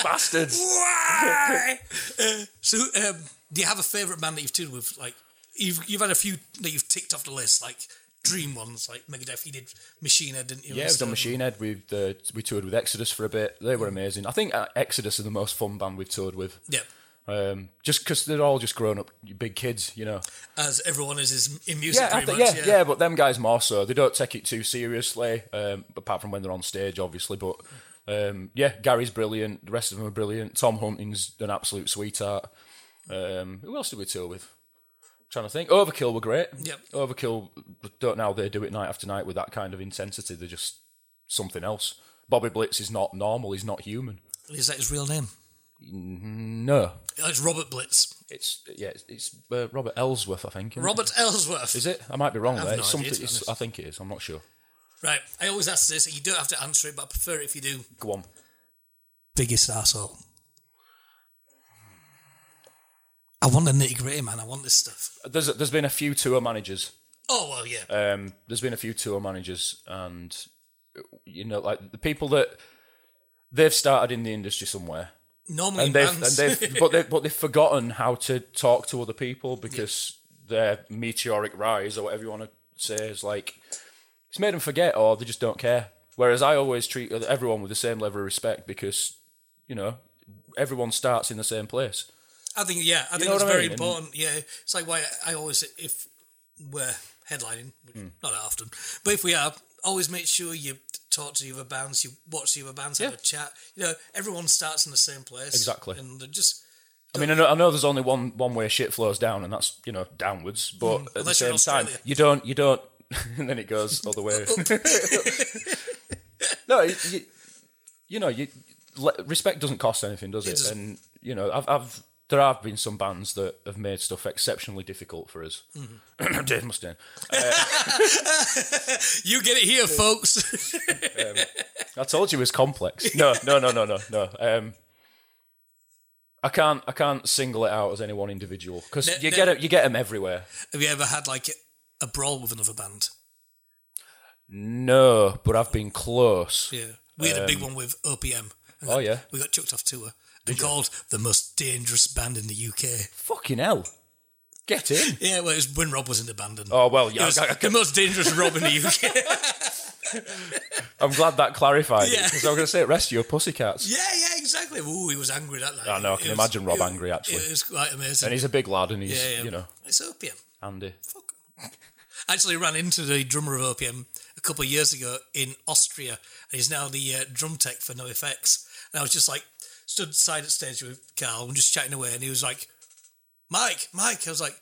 Speaker 2: Bastards!
Speaker 1: Why? uh, so, um, do you have a favourite band that you've toured with? Like, you've you've had a few that you've ticked off the list, like dream ones, like Megadeth. You did Machine Head, didn't you?
Speaker 2: Yeah,
Speaker 1: And
Speaker 2: we've
Speaker 1: stuff.
Speaker 2: done Machine Head. We've uh, we toured with Exodus for a bit. They were amazing. I think uh, Exodus are the most fun band we've toured with.
Speaker 1: Yeah,
Speaker 2: Um, just because they're all just grown up, big kids, you know.
Speaker 1: as everyone is, is in music
Speaker 2: Yeah, I
Speaker 1: pretty
Speaker 2: think,
Speaker 1: much.
Speaker 2: yeah, yeah, But them guys more so. They don't take it too seriously, um, apart from when they're on stage, obviously. But um, yeah, Gary's brilliant. The rest of them are brilliant. Tom Hunting's an absolute sweetheart. Um, who else did we tour with? trying to think. Overkill were great.
Speaker 1: Yep.
Speaker 2: Overkill don't know how they do it night after night with that kind of intensity. They're just something else. Bobby Blitz is not normal. He's not human.
Speaker 1: Is that his real name?
Speaker 2: No,
Speaker 1: Oh, It's Robert Blitz.
Speaker 2: it's yeah, it's, it's uh, Robert Ellsworth, I think. isn't it?
Speaker 1: Robert Ellsworth.
Speaker 2: Is it? I might be wrong there.
Speaker 1: no
Speaker 2: It's
Speaker 1: idea,
Speaker 2: something.
Speaker 1: to be
Speaker 2: it's, I think it is. I'm not sure.
Speaker 1: Right. I always ask this. and You don't have to answer it, but I prefer it if you do.
Speaker 2: Go on.
Speaker 1: Biggest asshole. I want the nitty gritty, man. I want this stuff.
Speaker 2: There's there's been a few tour managers.
Speaker 1: Oh well, yeah.
Speaker 2: Um, there's been a few tour managers, and you know, like the people that they've started in the industry somewhere,
Speaker 1: Normally,
Speaker 2: and they've, and
Speaker 1: bands-
Speaker 2: they've but they but they've forgotten how to talk to other people because their meteoric rise or whatever you want to say is like it's made them forget or they just don't care. Whereas I always treat everyone with the same level of respect because you know everyone starts in the same place.
Speaker 1: I think yeah, I think
Speaker 2: know
Speaker 1: it's
Speaker 2: what I
Speaker 1: very
Speaker 2: mean? And-
Speaker 1: important. Yeah, it's like why I always if we're headlining, which
Speaker 2: Hmm.
Speaker 1: not that often, but if we are, always make sure you talk to the other bands, you watch the other bands, have
Speaker 2: Yeah.
Speaker 1: a chat. You know, everyone starts in the same place,
Speaker 2: Exactly.
Speaker 1: and they're just
Speaker 2: I mean, I know, I know there's only one one way shit flows down, and that's you know downwards. But at the
Speaker 1: Mm, unless you're
Speaker 2: same
Speaker 1: in
Speaker 2: time,
Speaker 1: Australia.
Speaker 2: you don't you don't, and then it goes all the way. no, you, you, you know, you le- respect doesn't cost anything, does it?
Speaker 1: doesn't.
Speaker 2: and you know, I've, I've there have been some bands that have made stuff exceptionally difficult for us.
Speaker 1: Mm-hmm.
Speaker 2: Dave Mustaine.
Speaker 1: you get it here, folks.
Speaker 2: I told you it was complex. No, no, no, no, no, no. Um, I can't I can't single it out as any one individual because you
Speaker 1: no.
Speaker 2: get it, you get them everywhere.
Speaker 1: have you ever had like a brawl with another band?
Speaker 2: No, but I've been close.
Speaker 1: Yeah, we had a big one with OPM. And
Speaker 2: Um, Oh
Speaker 1: got-
Speaker 2: yeah,
Speaker 1: we got chucked off tour. They called the most dangerous band in the UK.
Speaker 2: fucking hell, get in.
Speaker 1: Yeah, well, it was when Rob was in the band. And
Speaker 2: Oh well,
Speaker 1: It
Speaker 2: yeah.
Speaker 1: was
Speaker 2: I, I,
Speaker 1: the most dangerous Rob in the UK.
Speaker 2: I'm glad that clarified
Speaker 1: Yeah.
Speaker 2: because I was going to say, rest of your pussycats.
Speaker 1: Yeah, yeah, exactly. Ooh, he was angry that night.
Speaker 2: I know, I can
Speaker 1: It was-
Speaker 2: imagine Rob
Speaker 1: it-
Speaker 2: angry, actually.
Speaker 1: It was quite amazing.
Speaker 2: And he's a big lad, and he's
Speaker 1: yeah, yeah.
Speaker 2: you know
Speaker 1: It's opium.
Speaker 2: Andy.
Speaker 1: Fuck. Actually, ran into the drummer of opium a couple of years ago in Austria, and he's now the uh, drum tech for No Effects. And I was just like stood side at stage with Carl and just chatting away, and he was like, "Mike, Mike," I was like.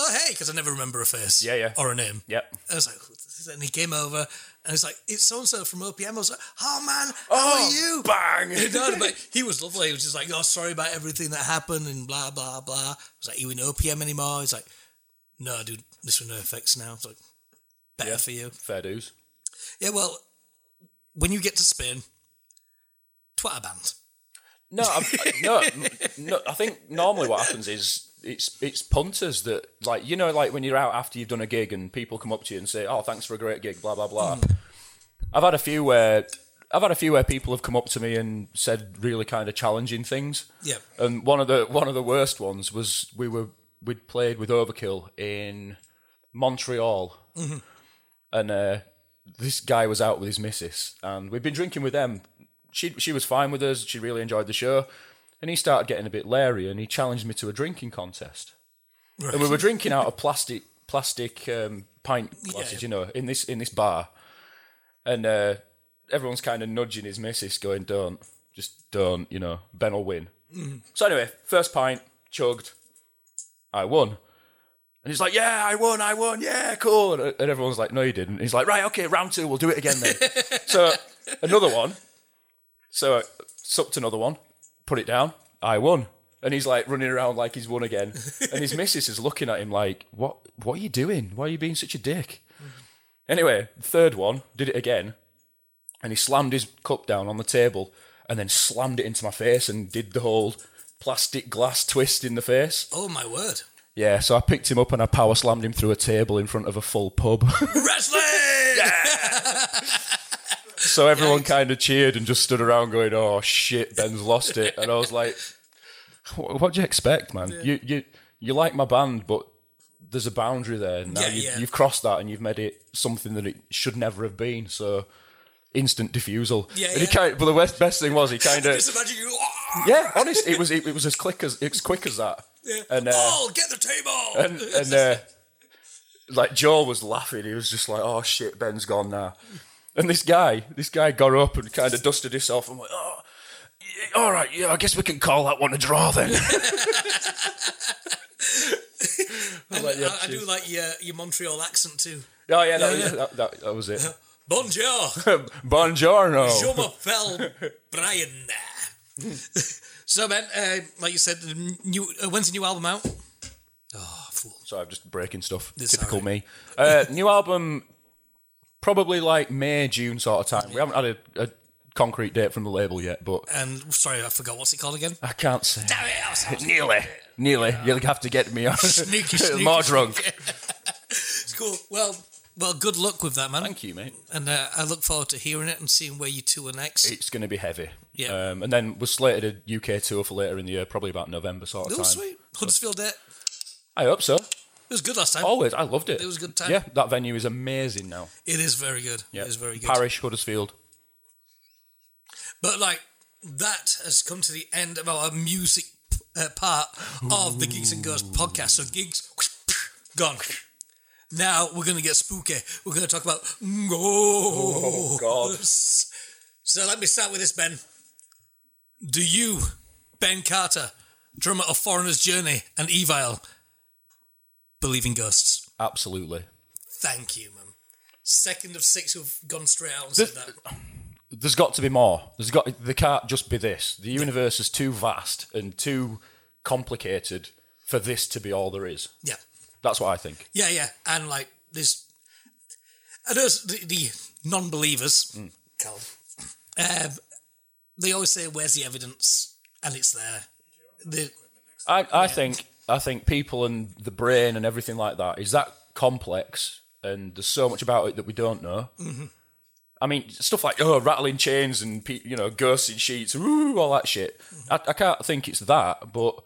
Speaker 1: Oh hey, because I never remember a face,
Speaker 2: Yeah, yeah.
Speaker 1: or a name.
Speaker 2: Yep.
Speaker 1: I was like, "Who is that?" and he came over, and it's like, "It's so and so from OPM." I was like, "Oh man, how are you?"
Speaker 2: Bang.
Speaker 1: no, but he was lovely. He was just like, oh, sorry about everything that happened and blah, blah, blah. I was like, you in OPM anymore? He's like, no, dude, this was no effects now. It's like, better for you.
Speaker 2: Fair dues.
Speaker 1: Yeah, well, when you get to Spain, twat a band.
Speaker 2: No, I, I- no, no. I think normally what happens is it's it's punters that like you know like when you're out after you've done a gig and people come up to you and say, "Oh, thanks for a great gig," blah blah blah.
Speaker 1: Mm.
Speaker 2: I've had a few where I've had a few where people have come up to me and said really kind of challenging things.
Speaker 1: Yeah.
Speaker 2: And one of the one of the worst ones was we were we'd played with Overkill in Montreal,
Speaker 1: Mm-hmm.
Speaker 2: and uh, this guy was out with his missus, and we'd been drinking with them. She she was fine with us. She really enjoyed the show, and he started getting a bit leery, and he challenged me to a drinking contest. And we were drinking out of plastic plastic um, pint glasses,
Speaker 1: Yeah.
Speaker 2: you know, in this in this bar, and uh, everyone's kind of nudging his missus, going, "Don't, just don't," you know. Ben will win. So anyway, first pint chugged, I won. And he's like, "Yeah, I won, I won, yeah, cool." And and everyone's like, "No, you didn't." He's like, "Right, okay, round two, we'll do it again then." so another one. So I supped another one, put it down. I won, and he's like running around like he's won again. And his missus is looking at him like, "What? What are you doing? Why are you being such a dick?" Anyway, third one, did it again, and he slammed his cup down on the table and then slammed it into my face and did the whole plastic glass twist in the face.
Speaker 1: Oh, my word.
Speaker 2: Yeah, so I picked him up and I power slammed him through a table in front of a full pub.
Speaker 1: Wrestling!
Speaker 2: so everyone kind of cheered and just stood around going, "Oh shit, Ben's lost it." And I was like, "What, what do you expect, man? You you you like my band, but there's a boundary there. Now
Speaker 1: Yeah,
Speaker 2: you,
Speaker 1: yeah.
Speaker 2: you've crossed that and you've made it something that it should never have been. So instant defusal.
Speaker 1: Yeah,
Speaker 2: and he
Speaker 1: yeah.
Speaker 2: kind but the best, best thing was he kind of
Speaker 1: Just imagine you. "Ah!"
Speaker 2: yeah, honest, it was it, it was as quick as it's quick as that.
Speaker 1: Yeah.
Speaker 2: And, uh,
Speaker 1: oh, get the table!
Speaker 2: and and uh, like Joel was laughing. He was just like, "Oh shit, Ben's gone now." And this guy, this guy got up and kind of dusted himself. I'm like, "Oh, yeah, all right, yeah, I guess we can call that one a draw then." Oh, I'm like, yeah,
Speaker 1: I, I do
Speaker 2: cheers.
Speaker 1: like your your Montreal accent too.
Speaker 2: oh yeah, that,
Speaker 1: yeah,
Speaker 2: was-
Speaker 1: yeah.
Speaker 2: That, that, that was it.
Speaker 1: Bonjour,
Speaker 2: Buongiorno.
Speaker 1: je m'appelle Brian. so, man, uh, like you said, the new uh, when's the new album out? Oh, fool.
Speaker 2: Sorry, I'm just breaking stuff.
Speaker 1: It's
Speaker 2: Typical
Speaker 1: all
Speaker 2: me. Uh, new album, probably like May, June sort of time. We haven't had a, a concrete date from the label yet, but
Speaker 1: And sorry, I forgot what's it called again.
Speaker 2: I can't say.
Speaker 1: Damn it, I was- I was-
Speaker 2: Nearly, nearly. You'll have to get me on.
Speaker 1: Sneaky, sneaky.
Speaker 2: More drunk.
Speaker 1: It's cool. Well, well, good luck with that, man.
Speaker 2: Thank you, mate.
Speaker 1: And uh, I look forward to hearing it and seeing where you two are next.
Speaker 2: It's going to be heavy.
Speaker 1: Yeah.
Speaker 2: Um, and then we're slated a UK tour for later in the year, probably about November sort of
Speaker 1: Oh,
Speaker 2: time.
Speaker 1: sweet. Huddersfield Day. It
Speaker 2: I hope so.
Speaker 1: was good last time.
Speaker 2: Always. I loved it.
Speaker 1: It was a good time.
Speaker 2: Yeah, that venue is amazing now.
Speaker 1: It is very good.
Speaker 2: Yeah.
Speaker 1: It is very good.
Speaker 2: Parish, Huddersfield.
Speaker 1: But like that has come to the end of our music uh, part of the Geeks and Ghosts podcast. So gigs gone. Now we're gonna get spooky. We're gonna talk about ghosts.
Speaker 2: God.
Speaker 1: So let me start with this, Ben. Do you, Ben Carter, drummer of Foreigner's Journey and Evil, believe in ghosts?
Speaker 2: Absolutely.
Speaker 1: Thank you, man. Second of six who've gone straight out and said that.
Speaker 2: There's got to be more. There's got. There can't just be this. The universe is too vast and too complicated for this to be all there is.
Speaker 1: Yeah.
Speaker 2: That's what I think.
Speaker 1: Yeah, yeah, and like there's, I know it's the, the non-believers, Cal, um, they always say, "Where's the evidence?" And it's there. The,
Speaker 2: I, I think I think people and the brain and everything like that is that complex, and there's so much about it that we don't know. I mean, stuff like oh, rattling chains and pe- you know, ghosts in sheets, ooh, all that shit. I, I can't think it's that, but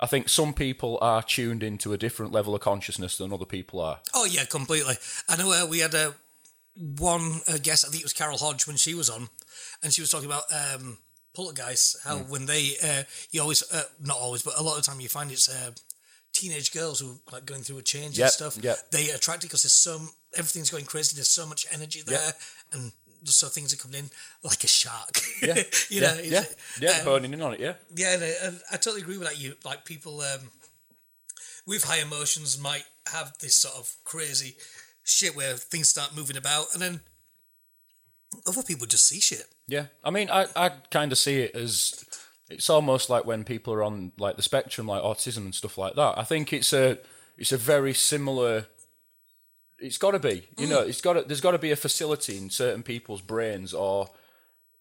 Speaker 2: I think some people are tuned into a different level of consciousness than other people are.
Speaker 1: oh yeah, completely. I know uh, we had uh, one uh, guest. I think it was Carol Hodge when she was on, and she was talking about um, poltergeists. How
Speaker 2: Mm.
Speaker 1: when they, uh, you always, uh, not always, but a lot of the time you find it's uh, teenage girls who are like going through a change
Speaker 2: Yep,
Speaker 1: and stuff.
Speaker 2: yep.
Speaker 1: they attract it because there's so everything's going crazy. There's so much energy there, and so things are coming in like a shark. Yeah, you know, it's-
Speaker 2: yeah, yeah,
Speaker 1: Uh, um,
Speaker 2: honing in on it, yeah.
Speaker 1: yeah, and I, and I totally agree with that. You like people um, with high emotions might have this sort of crazy shit where things start moving about, and then other people just see shit.
Speaker 2: Yeah, I mean, I I kind of see it as it's almost like when people are on like the spectrum, like autism and stuff like that. I think it's a it's a very similar. It's got to be, you know, it's got to, there's got to be a facility in certain people's brains or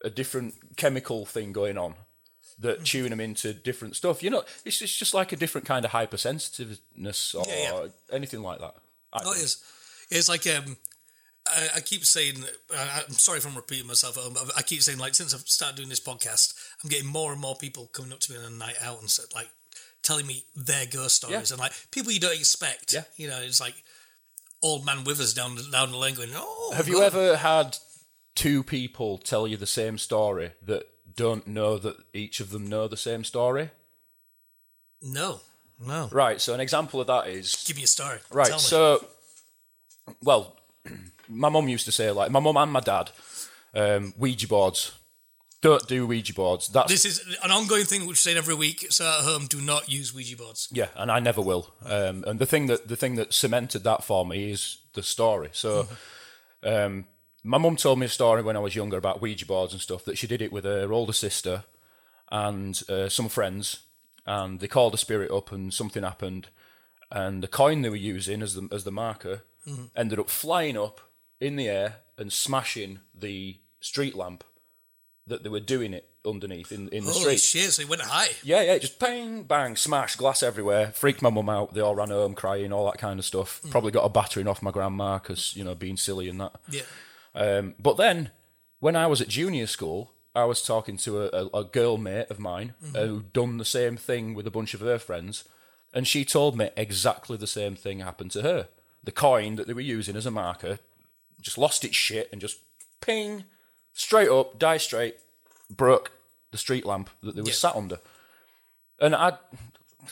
Speaker 2: a different chemical thing going on
Speaker 1: Mm.
Speaker 2: that tune them into different stuff. You know, it's it's just like a different kind of hypersensitiveness or
Speaker 1: Yeah,
Speaker 2: anything like that. I
Speaker 1: Oh, it
Speaker 2: think.
Speaker 1: is. It's like um, I, I keep saying. I, I'm sorry if I'm repeating myself. um, but I keep saying like since I've started doing this podcast, I'm getting more and more people coming up to me on a night out and said, like telling me their ghost stories and like people you don't expect.
Speaker 2: Yeah.
Speaker 1: you know, it's like old man Withers down down the lane going, "Oh,
Speaker 2: Have you
Speaker 1: God."
Speaker 2: ever had two people tell you the same story that don't know that each of them know the same story?
Speaker 1: No, no.
Speaker 2: Right, so an example of that is
Speaker 1: Give me a story.
Speaker 2: right,
Speaker 1: Tell me.
Speaker 2: so well, my mum used to say like my mum and my dad, um, Ouija boards. Don't do Ouija boards. That's
Speaker 1: this is an ongoing thing which we're saying every week. So at home, do not use Ouija boards.
Speaker 2: Yeah, and I never will. Um, and the thing that the thing that cemented that for me is the story. So, um, my mum told me a story when I was younger about Ouija boards and stuff that she did it with her older sister and uh, some friends, and they called a spirit up, and something happened, and the coin they were using as the as the marker ended up flying up in the air and smashing the street lamp that they were doing it underneath in in the
Speaker 1: Holy
Speaker 2: street.
Speaker 1: shit! So it went high.
Speaker 2: Yeah, yeah, just bang, bang, smash, glass everywhere. Freaked my mum out. They all ran home crying, all that kind of stuff. Probably got a battering off my grandma because, you know, being silly and that.
Speaker 1: Yeah.
Speaker 2: Um, but then, when I was at junior school, I was talking to a, a, a girl mate of mine who'd done the same thing with a bunch of her friends, and she told me exactly the same thing happened to her. The coin that they were using as a marker just lost its shit and just ping, straight up, die straight, broke the street lamp that they were
Speaker 1: Yeah.
Speaker 2: sat under. And I,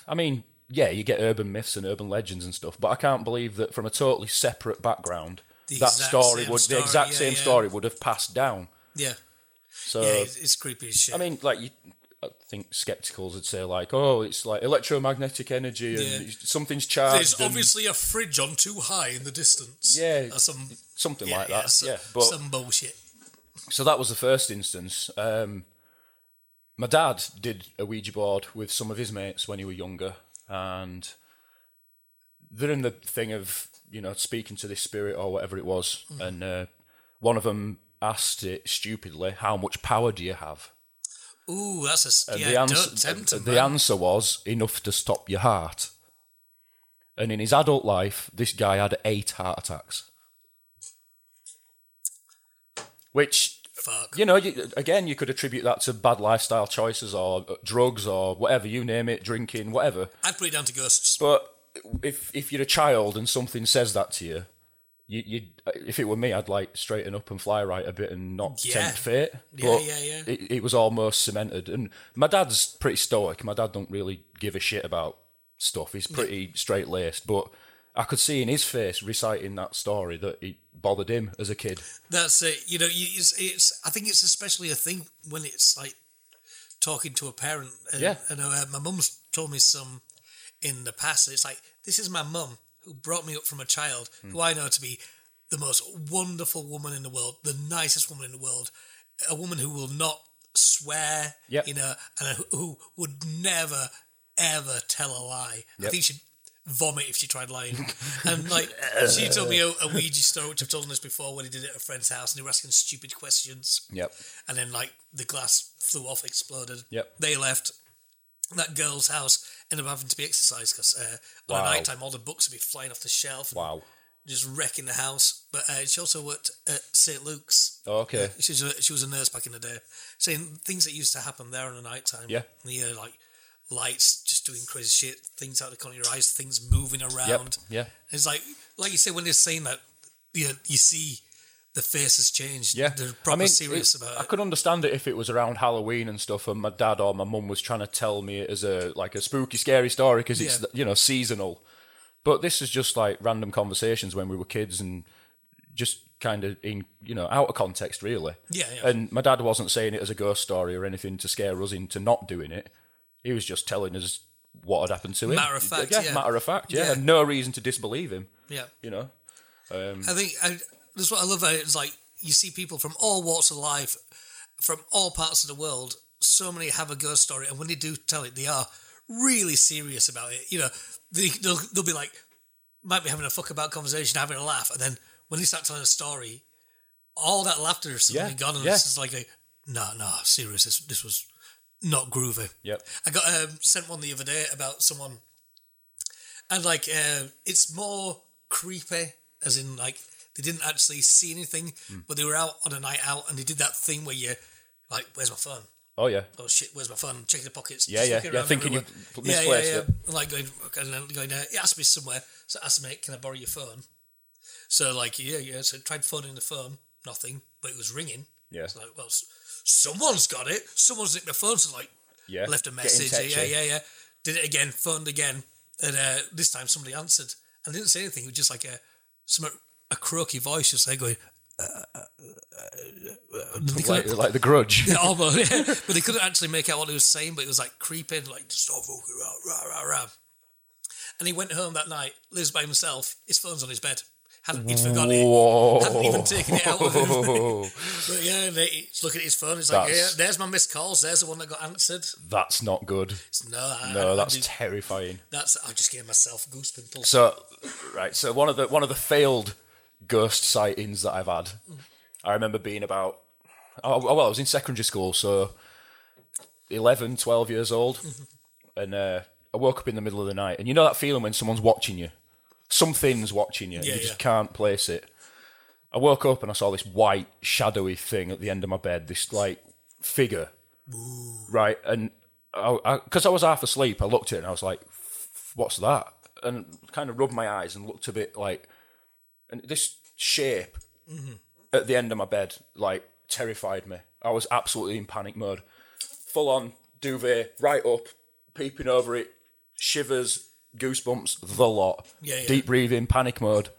Speaker 2: I mean, yeah, you get urban myths and urban legends and stuff, but I can't believe that from a totally separate background,
Speaker 1: The
Speaker 2: that
Speaker 1: exact
Speaker 2: story
Speaker 1: same
Speaker 2: would
Speaker 1: story,
Speaker 2: the exact
Speaker 1: yeah,
Speaker 2: same
Speaker 1: yeah.
Speaker 2: story would have passed down.
Speaker 1: Yeah.
Speaker 2: So
Speaker 1: yeah, it's, it's creepy as shit.
Speaker 2: I mean, like you, I think skepticals would say like, oh, it's like electromagnetic energy and
Speaker 1: Yeah.
Speaker 2: something's charged.
Speaker 1: there's
Speaker 2: and
Speaker 1: obviously a fridge on too high in the distance.
Speaker 2: Yeah,
Speaker 1: Or some
Speaker 2: something
Speaker 1: yeah,
Speaker 2: like
Speaker 1: yeah,
Speaker 2: that.
Speaker 1: so-
Speaker 2: yeah, but
Speaker 1: some bullshit.
Speaker 2: so that was the first instance. Um, my dad did a Ouija board with some of his mates when he were younger, and they're in the thing of you know speaking to this spirit or whatever it was,
Speaker 1: Mm.
Speaker 2: and uh, one of them asked it stupidly, "How much power do you have?"
Speaker 1: Ooh, that's a s-
Speaker 2: And
Speaker 1: yeah.
Speaker 2: the,
Speaker 1: don't
Speaker 2: ans-
Speaker 1: tempt 'em,
Speaker 2: the
Speaker 1: man.
Speaker 2: answer was enough to stop your heart. And in his adult life, this guy had eight heart attacks. Which,
Speaker 1: Fuck.
Speaker 2: you know, you, again, you could attribute that to bad lifestyle choices or uh, drugs or whatever, you name it, drinking, whatever.
Speaker 1: I'd put it down to ghosts.
Speaker 2: But if, if you're a child and something says that to you, you, you, uh, if it were me, I'd like straighten up and fly right a bit and not
Speaker 1: Yeah.
Speaker 2: tempt fate.
Speaker 1: Yeah,
Speaker 2: But
Speaker 1: yeah, yeah.
Speaker 2: It, it was almost cemented. And my dad's pretty stoic. My dad don't really give a shit about stuff. He's pretty straight laced. But I could see in his face reciting that story that it bothered him as a kid.
Speaker 1: That's it. You know, you, it's, it's. I think it's especially a thing when it's like talking to a parent. And,
Speaker 2: Yeah.
Speaker 1: And uh, my mum's told me some in the past. It's like this is my mum who brought me up from a child,
Speaker 2: Hmm.
Speaker 1: who I know to be the most wonderful woman in the world, the nicest woman in the world, a woman who will not swear.
Speaker 2: Yep.
Speaker 1: You know, and who, who would never ever tell a lie. I
Speaker 2: Yep.
Speaker 1: think she'd vomit if she tried lying. and like she told me a, a Ouija story, which I've told on this before, when he did it at a friend's house and they were asking stupid questions.
Speaker 2: Yep.
Speaker 1: And then like the glass flew off, exploded.
Speaker 2: Yep.
Speaker 1: They left. That girl's house ended up having to be exercised because uh, on a
Speaker 2: Wow.
Speaker 1: night time all the books would be flying off the shelf, and
Speaker 2: Wow.
Speaker 1: just wrecking the house. But uh, she also worked at St Luke's.
Speaker 2: Okay.
Speaker 1: She was, a, she was a nurse back in the day, saying things that used to happen there on the night time.
Speaker 2: Yeah.
Speaker 1: You know, like lights just doing crazy shit, things out of the corner of your eyes, things moving around.
Speaker 2: Yep. Yeah.
Speaker 1: It's like, like you said, when they're saying that, you know, you see the face has changed.
Speaker 2: Yeah.
Speaker 1: They're
Speaker 2: I
Speaker 1: proper
Speaker 2: mean,
Speaker 1: serious
Speaker 2: it- I
Speaker 1: about it.
Speaker 2: could understand it if it was around Halloween and stuff, and my dad or my mum was trying to tell me it as a like a spooky, scary story because it's
Speaker 1: Yeah.
Speaker 2: you know seasonal. But this is just like random conversations when we were kids and just kind of in you know out of context really.
Speaker 1: Yeah, yeah.
Speaker 2: And my dad wasn't saying it as a ghost story or anything to scare us into not doing it. He was just telling us what had happened to him.
Speaker 1: Matter of fact, yeah.
Speaker 2: matter of fact, yeah,
Speaker 1: Yeah.
Speaker 2: and no reason to disbelieve him.
Speaker 1: Yeah.
Speaker 2: You know, Um,
Speaker 1: I think I, that's what I love about it. It's like you see people from all walks of life, from all parts of the world. So many have a ghost story, and when they do tell it, they are really serious about it. You know, they, they'll, they'll be like, might be having a fuck about conversation, having a laugh, and then when they start telling a story, all that laughter is suddenly
Speaker 2: Yeah,
Speaker 1: gone, and
Speaker 2: yeah.
Speaker 1: it's just like, a, no, no, serious. This, this was not groovy.
Speaker 2: yep,
Speaker 1: I got um, sent one the other day about someone, and like uh, it's more creepy, as in like they didn't actually see anything,
Speaker 2: Hmm.
Speaker 1: but they were out on a night out and they did that thing where you like, "Where's my phone?
Speaker 2: oh yeah,
Speaker 1: Oh shit, where's my phone? Checking the pockets."
Speaker 2: Yeah,
Speaker 1: just
Speaker 2: yeah,
Speaker 1: looking
Speaker 2: yeah,
Speaker 1: around
Speaker 2: thinking you've
Speaker 1: everywhere.
Speaker 2: misplaced
Speaker 1: yeah, yeah,
Speaker 2: it.
Speaker 1: yeah. Like going, okay, and then going, uh, it has to be somewhere. So I asked mate, "Can I borrow your phone?" So like, yeah, yeah. So I tried phoning the phone, nothing, but it was ringing.
Speaker 2: yeah,
Speaker 1: It's like, well, s- someone's got it. Someone's nicked my phone. So like,
Speaker 2: yeah.
Speaker 1: left a
Speaker 2: Getting
Speaker 1: message. Yeah,
Speaker 2: touchy.
Speaker 1: yeah, yeah. Did it again, phoned again, and uh, this time somebody answered and didn't say anything. It was just like a some a croaky voice just there going. Uh, uh, uh, uh, they
Speaker 2: like,
Speaker 1: couldn't-
Speaker 2: like the grudge.
Speaker 1: almost, yeah. but they couldn't actually make out what he was saying. But it was like creeping, like just stop walking around, rah rah rah. And he went home that night, lives by himself. His phone's on his bed. Hadn't he'd forgotten it. Hadn't even taken it out of him.
Speaker 2: Whoa.
Speaker 1: but yeah, and he's looking at his phone. It's like, yeah,
Speaker 2: That's-
Speaker 1: there's my missed calls. There's the one that got answered.
Speaker 2: that's not good.
Speaker 1: It's, no, I, I-
Speaker 2: No,
Speaker 1: I
Speaker 2: that's
Speaker 1: did-
Speaker 2: terrifying.
Speaker 1: That's I just gave myself goose pimples.
Speaker 2: So, right. So one of the one of the failed ghost sightings that I've had. I remember being about. Oh, well, I was in secondary school, so 11, 12 years old,
Speaker 1: Mm-hmm.
Speaker 2: and uh, I woke up in the middle of the night, and you know that feeling when someone's watching you, something's watching you, and
Speaker 1: Yeah,
Speaker 2: you
Speaker 1: yeah.
Speaker 2: just can't place it. I woke up and I saw this white shadowy thing at the end of my bed, this like figure, right? And because I, because I was half asleep, I looked at it and I was like, "F- "What's that?" And kind of rubbed my eyes and looked a bit like, and this shape at the end of my bed, like terrified me. I was absolutely in panic mode. Full on duvet, right up, peeping over it, shivers, goosebumps, the lot.
Speaker 1: Yeah, yeah.
Speaker 2: Deep breathing, panic mode.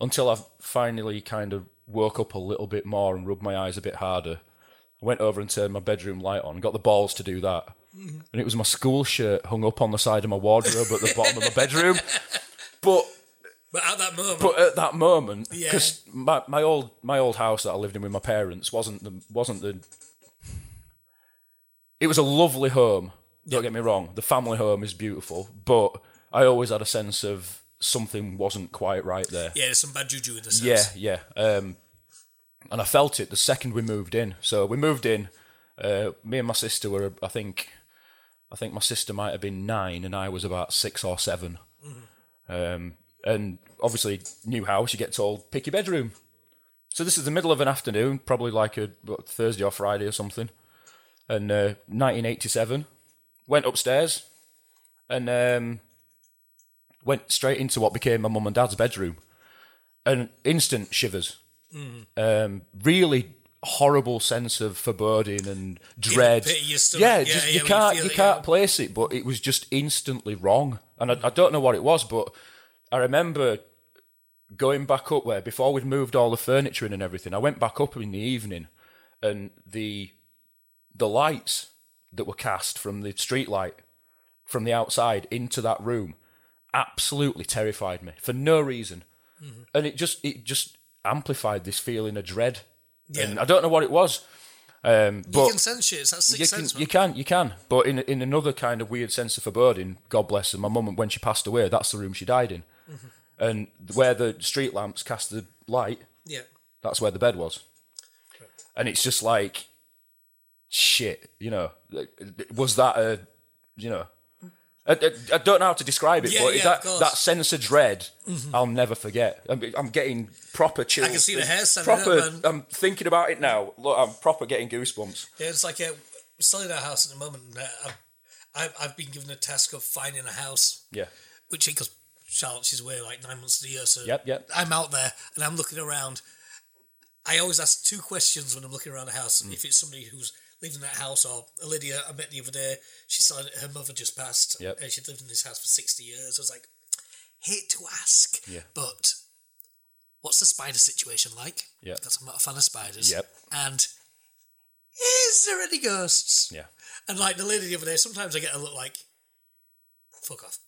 Speaker 2: Until I finally kind of woke up a little bit more and rubbed my eyes a bit harder. I went over and turned my bedroom light on, got the balls to do that.
Speaker 1: Mm-hmm.
Speaker 2: And it was my school shirt hung up on the side of my wardrobe at the bottom of my bedroom. But
Speaker 1: But at that moment,
Speaker 2: but at that moment,
Speaker 1: Yeah.
Speaker 2: because my, my old my old house that I lived in with my parents wasn't the wasn't the. It was a lovely home. Don't get me wrong. The family home is beautiful, but I always had a sense of something wasn't quite right there.
Speaker 1: yeah, there's some bad juju in the sense.
Speaker 2: Yeah, yeah. Um, and I felt it the second we moved in. So we moved in. Uh, me and my sister were, I think, I think my sister might have been nine, and I was about six or 7 Um, and obviously, new house, you get told pick your bedroom. So this is the middle of an afternoon, probably like a what, Thursday or Friday or something. And uh, 1987, went upstairs, and um, went straight into what became my mum and dad's bedroom an instant shivers.
Speaker 1: Mm.
Speaker 2: Um, really horrible sense of foreboding and dread.
Speaker 1: pit of your stomach.
Speaker 2: yeah,
Speaker 1: Yeah,
Speaker 2: just,
Speaker 1: yeah,
Speaker 2: you
Speaker 1: when you
Speaker 2: can't
Speaker 1: feel
Speaker 2: you
Speaker 1: it,
Speaker 2: can't
Speaker 1: yeah.
Speaker 2: place it, but it was just instantly wrong. And I, I don't know what it was, but I remember going back up where before we'd moved all the furniture in and everything. I went back up in the evening, and the the lights that were cast from the street light from the outside into that room absolutely terrified me for no reason
Speaker 1: Mm-hmm.
Speaker 2: and it just it just amplified this feeling of dread
Speaker 1: Yeah.
Speaker 2: and i don't know what it was um
Speaker 1: You
Speaker 2: but
Speaker 1: can sense shit. It's that
Speaker 2: you
Speaker 1: sixth
Speaker 2: can,
Speaker 1: sense. man.
Speaker 2: you can you can but in in another kind of weird sense of foreboding god bless her my mum when she passed away that's the room she died in
Speaker 1: Mm-hmm.
Speaker 2: and where the street lamps cast the light
Speaker 1: yeah.
Speaker 2: that's where the bed was. And it's just like, shit, you know, was that a, you know, I, I, I don't know how to describe it,
Speaker 1: Yeah,
Speaker 2: but
Speaker 1: yeah,
Speaker 2: that
Speaker 1: of course. Mm-hmm.
Speaker 2: that sense of dread, I'll never forget. I'm, I'm getting proper chills.
Speaker 1: can see the hair standing up,
Speaker 2: Proper.
Speaker 1: man.
Speaker 2: I'm thinking about it now. Look, I'm proper getting goosebumps.
Speaker 1: Yeah, it's like yeah, selling our house at the moment. and, uh, I've, I've, I've been given the task of finding a house,
Speaker 2: Yeah,
Speaker 1: which because Charlotte she's away like nine months of the year, so
Speaker 2: Yep, yep.
Speaker 1: I'm out there and I'm looking around. I always ask two questions when I'm looking around a house.
Speaker 2: Mm.
Speaker 1: If it's somebody who's living in that house, or a lady I met the other day, she's selling her mother just passed,
Speaker 2: Yep.
Speaker 1: and she'd lived in this house for sixty years. I was like, hate to ask,
Speaker 2: Yeah.
Speaker 1: but what's the spider situation like?
Speaker 2: Yep.
Speaker 1: because I'm not a fan of spiders.
Speaker 2: Yep.
Speaker 1: and is there any ghosts?
Speaker 2: yeah.
Speaker 1: And like the lady the other day, sometimes I get a look like, fuck off.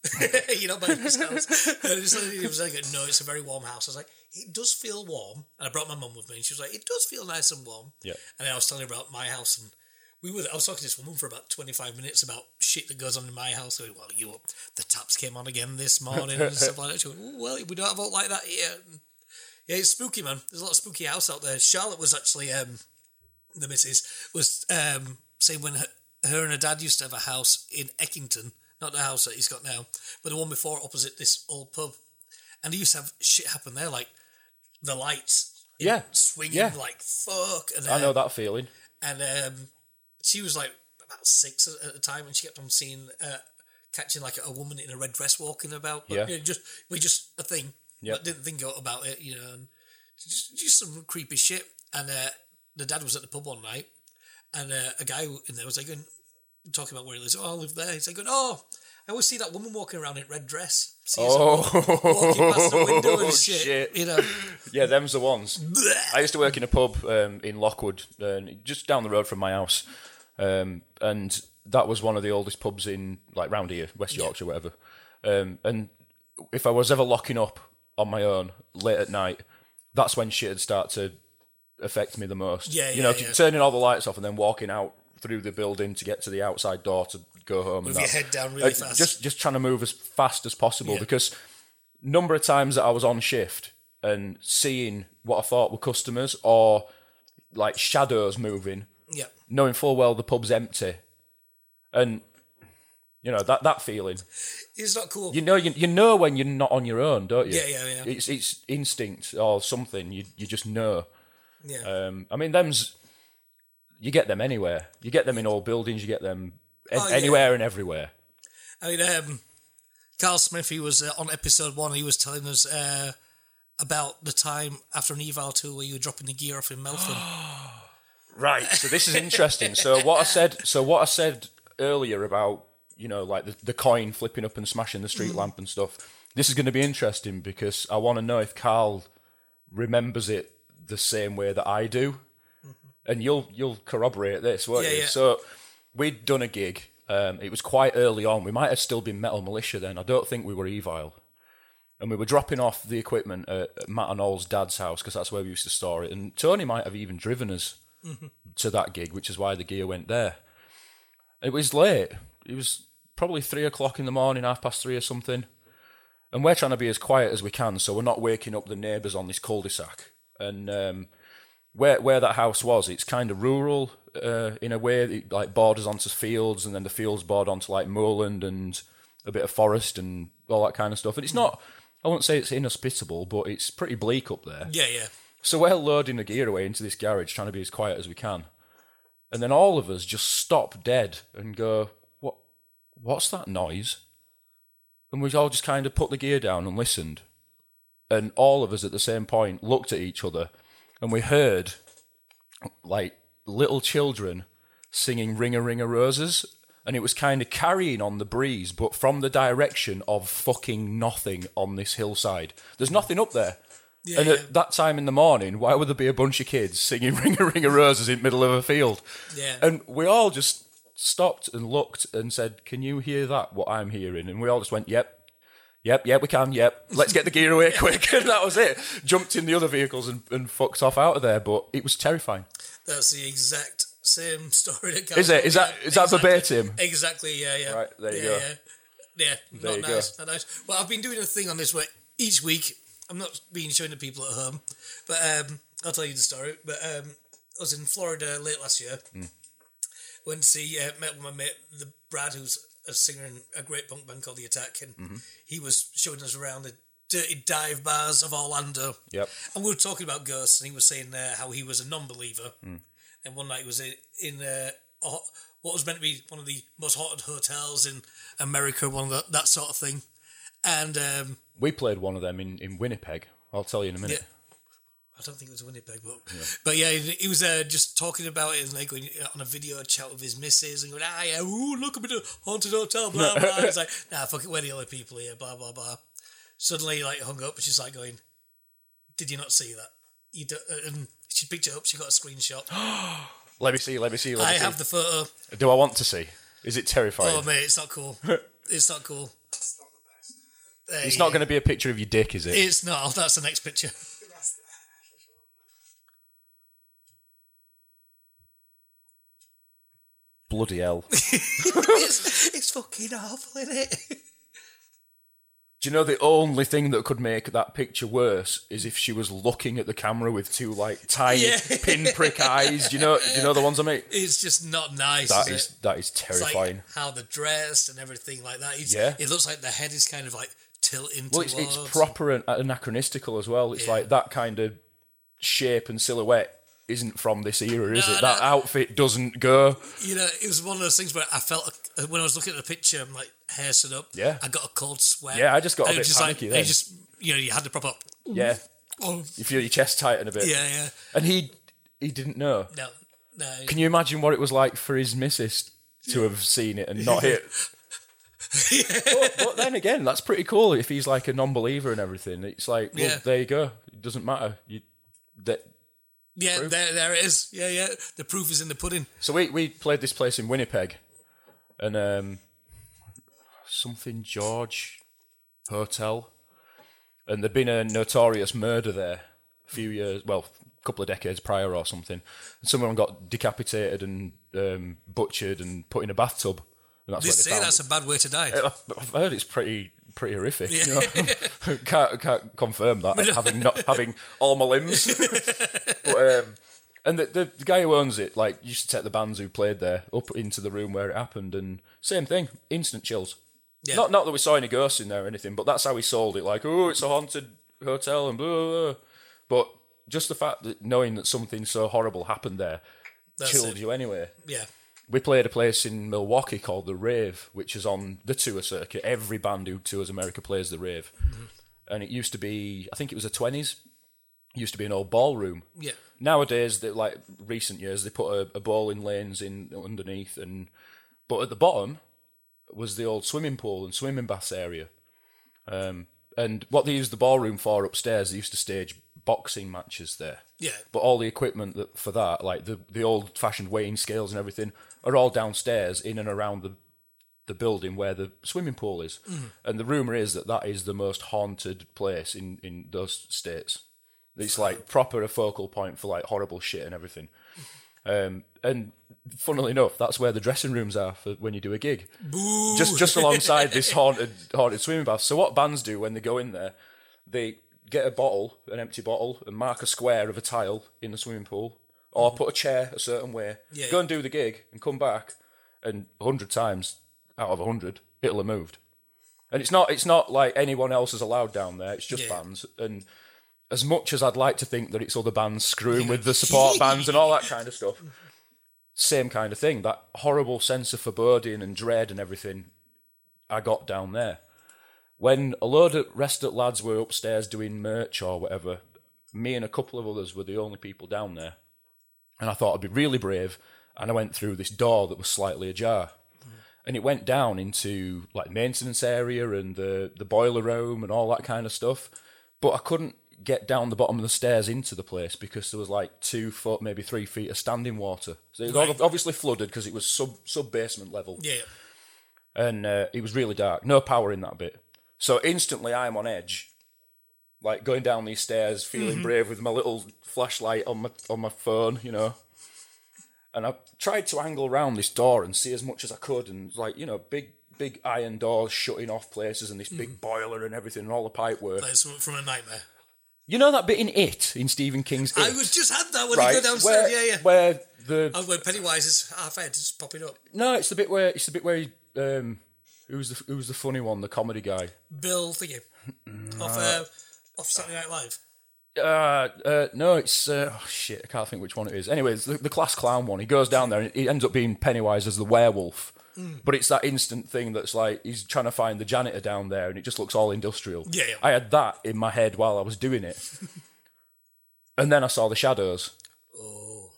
Speaker 1: you know, by this house. And this lady was like, no, it's a very warm house. I was like, it does feel warm. And I brought my mum with me and she was like, it does feel nice and warm.
Speaker 2: Yeah.
Speaker 1: And I was telling her about my house and we were, I was talking to this woman for about 25 minutes about shit that goes on in my house. I went, well, you, the taps came on again this morning and stuff like that. She went, "Ooh, well, we don't have all like that here. Yeah, it's spooky, man. There's a lot of spooky house out there. Charlotte was actually, um, the missus was um, saying when her, her and her dad used to have a house in Eckington, not the house that he's got now, but the one before opposite this old pub, and he used to have shit happen there, like the lights
Speaker 2: Yeah.
Speaker 1: swinging,
Speaker 2: Yeah.
Speaker 1: like fuck, and
Speaker 2: I
Speaker 1: uh,
Speaker 2: know that feeling.
Speaker 1: and um, she was like about six at- at the time, and she kept on seeing uh, catching like a woman in a red dress walking about. But,
Speaker 2: Yeah.
Speaker 1: you know, just we just a thing.
Speaker 2: Yeah.
Speaker 1: But didn't think about it, you know. And just, just some creepy shit. And uh, the dad was at the pub one night, and uh, a guy in there was like going, talking about where he lives. Oh, I live there. He's like, going, oh, I always see that woman walking around in red dress. See her walking past the window
Speaker 2: Oh,
Speaker 1: and shit.
Speaker 2: shit.
Speaker 1: You know.
Speaker 2: Yeah, them's the ones. I used to work in a pub um, in Lockwood, uh, just down the road from my house, um, and that was one of the oldest pubs in like round here, West Yorkshire, whatever. Um, and if I was ever locking up on my own late at night, that's when shit would start to affect me the most.
Speaker 1: Yeah,
Speaker 2: you
Speaker 1: yeah,
Speaker 2: know,
Speaker 1: yeah.
Speaker 2: turning all the lights off and then walking out through the building to get to the outside door to go home. With
Speaker 1: your head down really fast.
Speaker 2: Just just trying to move as fast as possible
Speaker 1: Yeah.
Speaker 2: because number of times that I was on shift and seeing what I thought were customers or like shadows moving,
Speaker 1: yeah.
Speaker 2: knowing full well the pub's empty, and you know that that feeling.
Speaker 1: It's not cool.
Speaker 2: You know, you, you know when you're not on your own, don't you?
Speaker 1: Yeah, yeah, yeah.
Speaker 2: It's it's instinct or something. You you just know.
Speaker 1: yeah.
Speaker 2: Um, I mean, them's you get them anywhere. You get them in all buildings. You get them an-
Speaker 1: Oh, yeah.
Speaker 2: anywhere and everywhere.
Speaker 1: I mean, um, Carl Smith, he was uh, on episode one, he was telling us uh, about the time after an eval tour where you were dropping the gear off in Melton.
Speaker 2: Right. So this is interesting. so what I said. So what I said earlier about you know like the, the coin flipping up and smashing the
Speaker 1: Mm.
Speaker 2: street lamp and stuff. This is going to be interesting because I want to know if Carl remembers it the same way that I do, and you'll you'll corroborate this, won't
Speaker 1: Mm-hmm. Yeah,
Speaker 2: you?
Speaker 1: yeah.
Speaker 2: So we'd done a gig. Um, it was quite early on. We might have still been Metal Militia then. I don't think we were Evil. And we were dropping off the equipment at at Matt and All's dad's house because that's where we used to store it. And Tony might have even driven us to that gig, which is why the gear went there. It was late. It was probably three o'clock in the morning, half past three or something. And we're trying to be as quiet as we can, so we're not waking up the neighbours on this cul-de-sac. And um, where where that house was, it's kind of rural uh, in a way. It like borders onto fields, and then the fields border onto like moorland and a bit of forest and all that kind of stuff. And it's not. I wouldn't say it's inhospitable, but it's pretty bleak up there.
Speaker 1: yeah, yeah.
Speaker 2: So we're loading the gear away into this garage, trying to be as quiet as we can. And then all of us just stop dead and go, "What? What's that noise?" And we all just kind of put the gear down and listened. And all of us at the same point looked at each other, and we heard like little children singing "Ring a Ring a Roses," and it was kind of carrying on the breeze, but from the direction of fucking nothing on this hillside. There's nothing up there
Speaker 1: Yeah,
Speaker 2: and
Speaker 1: yeah.
Speaker 2: at that time in the morning, why would there be a bunch of kids singing "Ring a Ring a Roses" in the middle of a field?
Speaker 1: Yeah.
Speaker 2: And we all just stopped and looked and said, "Can you hear that? What I'm hearing?" And we all just went, "Yep." Yep, yep, we can. Yep, let's get the gear away quick, and that was it. Jumped in the other vehicles and, and fucked off out of there, but it was terrifying.
Speaker 1: That's the exact same story that Carl
Speaker 2: Is it? Is
Speaker 1: told
Speaker 2: that
Speaker 1: me.
Speaker 2: is that
Speaker 1: Exactly.
Speaker 2: verbatim?
Speaker 1: Exactly. Yeah. Yeah.
Speaker 2: Right, there you
Speaker 1: yeah,
Speaker 2: go.
Speaker 1: Yeah. Yeah,
Speaker 2: you
Speaker 1: not
Speaker 2: go.
Speaker 1: nice. Not nice. Well, I've been doing a thing on this where each week I'm not being shown to people at home, but um, I'll tell you the story. But um, I was in Florida late last year.
Speaker 2: Hmm.
Speaker 1: Went to see uh, met with my mate the Brad, who's a singer in a great punk band called The Attack, and
Speaker 2: Mm-hmm.
Speaker 1: he was showing us around the dirty dive bars of Orlando.
Speaker 2: Yep.
Speaker 1: And we were talking about ghosts, and he was saying uh, how he was a non-believer. And one night he was in, in uh, a, ho- what was meant to be one of the most haunted hotels in America, one of the, that sort of thing. And um,
Speaker 2: We played one of them in, in Winnipeg. I'll tell you in a minute.
Speaker 1: I don't think it was Winnipeg, but but yeah, he he was uh, just talking about it and like going on a video chat with his missus and going, ah, yeah, ooh, look, I'm in a haunted hotel, blah, blah. He's like, nah, fuck it, we're the only people here, blah, blah, blah. Suddenly, like, hung up, and she's like, going, did you not see that? You do and she picked it up, she got a screenshot.
Speaker 2: Let me see. Let me see. Let me
Speaker 1: I
Speaker 2: see.
Speaker 1: have the photo.
Speaker 2: Do I want to see? Is it terrifying?
Speaker 1: Oh, mate, it's not cool. It's not cool. Hey,
Speaker 2: it's not going to be a picture of your dick, is it?
Speaker 1: It's not. Oh, That's the next picture.
Speaker 2: Bloody hell.
Speaker 1: it's, it's fucking awful, isn't it?
Speaker 2: Do you know the only thing that could make that picture worse is if she was looking at the camera with two like tiny
Speaker 1: Yeah.
Speaker 2: pinprick eyes. Do you know? Do you know the ones I mean?
Speaker 1: It's just not nice.
Speaker 2: That
Speaker 1: is
Speaker 2: is
Speaker 1: it?
Speaker 2: that is
Speaker 1: It's
Speaker 2: terrifying.
Speaker 1: Like how they're dressed and everything like that. It's,
Speaker 2: Yeah.
Speaker 1: It looks like the head is kind of like tilting
Speaker 2: well,
Speaker 1: towards.
Speaker 2: it's, it's proper and anachronistical as well. It's
Speaker 1: Yeah.
Speaker 2: like that kind of shape and silhouette isn't from this era, is
Speaker 1: No,
Speaker 2: it? That outfit doesn't go.
Speaker 1: You know, it was one of those things where I felt uh, when I was looking at the picture, I'm like hair stood up.
Speaker 2: Yeah.
Speaker 1: I got a cold sweat.
Speaker 2: Yeah, I just got a
Speaker 1: I was
Speaker 2: bit
Speaker 1: just like,
Speaker 2: panicky
Speaker 1: I
Speaker 2: then.
Speaker 1: just you know, you had to prop up.
Speaker 2: Yeah,
Speaker 1: Oh,
Speaker 2: you feel your chest tighten a bit.
Speaker 1: yeah, yeah.
Speaker 2: And he he didn't know.
Speaker 1: No, no.
Speaker 2: Can you imagine what it was like for his missus to have seen it and not hit? but, but then again, that's pretty cool. If he's like a non-believer and everything, it's like, well,
Speaker 1: Yeah.
Speaker 2: there you go. It doesn't matter. You, that.
Speaker 1: Yeah, there, there it is. Yeah, yeah. The proof is in the pudding.
Speaker 2: So we we played this place in Winnipeg, and um, something George Hotel, and there'd been a notorious murder there a few years, well, a couple of decades prior or something. And someone got decapitated and um, butchered and put in a bathtub. And that's
Speaker 1: They say
Speaker 2: where they found Uh,
Speaker 1: that's a bad way to die.
Speaker 2: I've I've heard it's pretty pretty horrific. you know. can't can't confirm that having not having all my limbs. but, um, and the, the the guy who owns it like used to take the bands who played there up into the room where it happened, and same thing, instant chills.
Speaker 1: Yeah.
Speaker 2: Not not that we saw any ghosts in there or anything, but that's how he sold it. Like, oh, it's a haunted hotel and blah blah. blah. But just the fact that knowing that something so horrible happened there
Speaker 1: That's
Speaker 2: chilled
Speaker 1: it.
Speaker 2: you anyway
Speaker 1: Yeah.
Speaker 2: we played a place in Milwaukee called the Rave, which is on the tour circuit. Every band who tours America plays the Rave, and it used to be I think it was the twenties. Used to be an old ballroom.
Speaker 1: Yeah.
Speaker 2: Nowadays, they, like recent years, they put a, a bowling lanes in underneath, and but at the bottom was the old swimming pool and swimming baths area. Um, and what they used the ballroom for upstairs, they used to stage boxing matches there.
Speaker 1: Yeah.
Speaker 2: But all the equipment that, for that, like the, the old fashioned weighing scales and everything, are all downstairs in and around the the building where the swimming pool is. And the rumor is that that is the most haunted place in in those states. It's like proper a focal point for like horrible shit and everything. Um, and funnily enough, that's where the dressing rooms are for when you do a gig.
Speaker 1: Boo.
Speaker 2: Just just alongside this haunted haunted swimming bath. So what bands do when they go in there, they get a bottle, an empty bottle, and mark a square of a tile in the swimming pool, or put a chair a certain way.
Speaker 1: Mm-hmm. Yeah,
Speaker 2: go
Speaker 1: yeah.
Speaker 2: and do the gig and come back, and hundred times out of hundred, it'll have moved. And it's not it's not like anyone else is allowed down there. It's just
Speaker 1: Yeah.
Speaker 2: bands and. As much as I'd like to think that it's other bands screwing with the support bands and all that kind of stuff, same kind of thing. That horrible sense of foreboding and dread and everything I got down there. When a load of rest at lads were upstairs doing merch or whatever, me and a couple of others were the only people down there. And I thought I'd be really brave. And I went through this door that was slightly ajar. And it went down into like maintenance area and the, the boiler room and all that kind of stuff. But I couldn't get down the bottom of the stairs into the place because there was like two foot, maybe three feet of standing water. So it was ob- obviously flooded because it was sub sub basement level
Speaker 1: yeah.
Speaker 2: and uh, it was really dark. No power in that bit. So instantly, I'm on edge, like going down these stairs,
Speaker 1: Mm-hmm.
Speaker 2: feeling brave with my little flashlight on my on my phone, you know. And I tried to angle round this door and see as much as I could, and like you know, big big iron doors shutting off places, and this big boiler and everything, and all the pipe work.
Speaker 1: Mm. Like something from a nightmare.
Speaker 2: You know that bit in It in Stephen King's It,
Speaker 1: I was just had that when
Speaker 2: right?
Speaker 1: you go downstairs.
Speaker 2: where,
Speaker 1: yeah, yeah.
Speaker 2: where the
Speaker 1: Oh, where Pennywise is half head just popping up.
Speaker 2: no, it's the bit where it's the bit where he, um, who's the who's the funny one, the comedy guy.
Speaker 1: Bill thingy.
Speaker 2: Mm,
Speaker 1: Off, uh, off Saturday Night Live.
Speaker 2: uh, uh, no, it's uh, oh, shit. I can't think which one it is. Anyways, the, the class clown one. He goes down there and he ends up being Pennywise as the werewolf.
Speaker 1: Mm.
Speaker 2: But it's that instant thing that's like he's trying to find the janitor down there, and it just looks all industrial.
Speaker 1: Yeah, yeah.
Speaker 2: I had that in my head while I was doing it, and then I saw the shadows,
Speaker 1: Oh.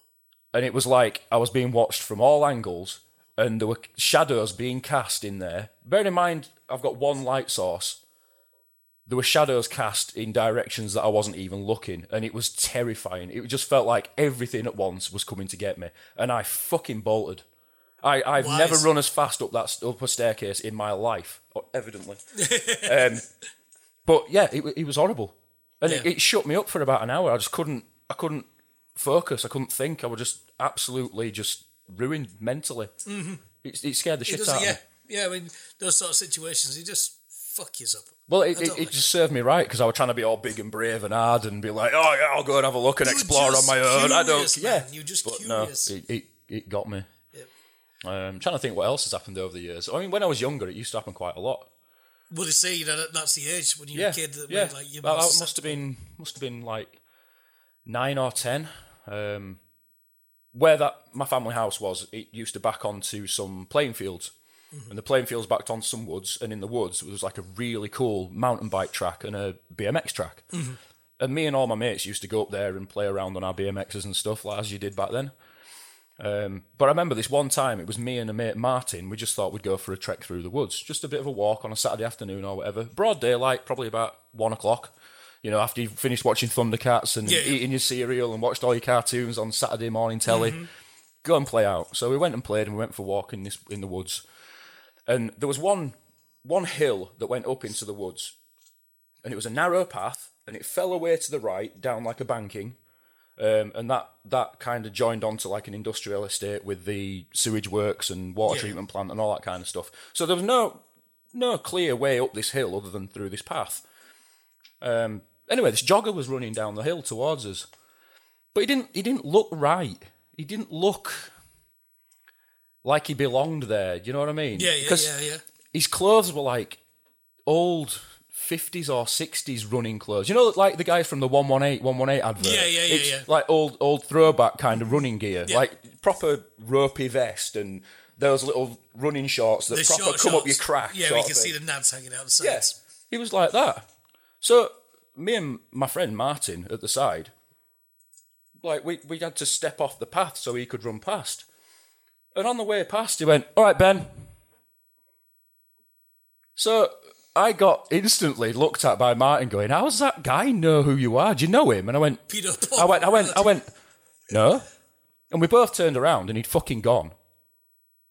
Speaker 2: and it was like I was being watched from all angles, and there were shadows being cast in there. Bear in mind, I've got one light source, there were shadows cast in directions that I wasn't even looking, and it was terrifying. It just felt like everything at once was coming to get me, and I fucking bolted. I, I've
Speaker 1: Wise.
Speaker 2: never run as fast up that st- up a staircase in my life, or evidently. um, but yeah, it, wa- it was horrible, and it,
Speaker 1: Yeah.
Speaker 2: it shut me up for about an hour. I just couldn't, I couldn't focus. I couldn't think. I was just absolutely just ruined mentally. It, it scared the
Speaker 1: Mm-hmm. It
Speaker 2: shit out
Speaker 1: doesn't,
Speaker 2: of me.
Speaker 1: yeah. Yeah, I mean, those sort of situations, you just fuck yours up.
Speaker 2: Well, it,
Speaker 1: I
Speaker 2: it,
Speaker 1: don't
Speaker 2: it
Speaker 1: like
Speaker 2: just served me right because I was trying to be all big and brave and hard and be like, oh yeah, I'll go and have a look and explore on my own. I don't, yeah.
Speaker 1: You're just
Speaker 2: But
Speaker 1: curious.
Speaker 2: no, it, it it got me.
Speaker 1: Yep.
Speaker 2: Um, I'm trying to think what else has happened over the years. I mean, when I was younger, it used to happen quite a lot.
Speaker 1: Well, they say you know, that that's the age when you're
Speaker 2: Yeah,
Speaker 1: a kid that
Speaker 2: yeah.
Speaker 1: when, like you
Speaker 2: well, I
Speaker 1: must-
Speaker 2: must have been must have been like nine or ten. Um, where that my family house was, it used to back onto some playing fields,
Speaker 1: Mm-hmm.
Speaker 2: and the playing fields backed onto some woods, and in the woods there was like a really cool mountain bike track and a BMX track. And me and all my mates used to go up there and play around on our BMXs and stuff, like as you did back then. Um, but I remember this one time, it was me and a mate Martin. We just thought we'd go for a trek through the woods, just a bit of a walk on a Saturday afternoon or whatever. Broad daylight, probably about one o'clock. You know, after you've finished watching Thundercats and
Speaker 1: Yeah, yeah.
Speaker 2: eating your cereal and watched all your cartoons on Saturday morning telly,
Speaker 1: Mm-hmm.
Speaker 2: go and play out. So we went and played, and we went for a walk in this in the woods. And there was one one hill that went up into the woods, and it was a narrow path, and it fell away to the right down like a banking um, and that that kind of joined onto like an industrial estate with the sewage works and water
Speaker 1: Yeah.
Speaker 2: treatment plant and all that kind of stuff. So there was no no clear way up this hill other than through this path. Um, anyway, this jogger was running down the hill towards us, but he didn't he didn't look right. He didn't look like he belonged there. Do you know what I mean?
Speaker 1: yeah, yeah,
Speaker 2: 'Cause
Speaker 1: yeah, yeah.
Speaker 2: his clothes were like old 50s or 60s running clothes. You know, like the guys from the 118, 118 advert.
Speaker 1: Yeah, yeah, yeah,
Speaker 2: It's
Speaker 1: yeah.
Speaker 2: Like old, old throwback kind of running gear, like proper ropey vest and those little running shorts that
Speaker 1: The
Speaker 2: proper
Speaker 1: short
Speaker 2: come up your
Speaker 1: shorts.
Speaker 2: crack.
Speaker 1: Yeah,
Speaker 2: sort
Speaker 1: we
Speaker 2: of
Speaker 1: can
Speaker 2: thing.
Speaker 1: see the nads hanging out the sides.
Speaker 2: Yes, he was like that. So me and my friend Martin at the side, like we, we had to step off the path so he could run past. And on the way past, he went, "All right, Ben." So I got instantly looked at by Martin, going, "How does that guy know who you are? Do you know him?" And I went,
Speaker 1: Peter
Speaker 2: I
Speaker 1: Paul.
Speaker 2: went, I went, I went, no. And we both turned around and he'd fucking gone.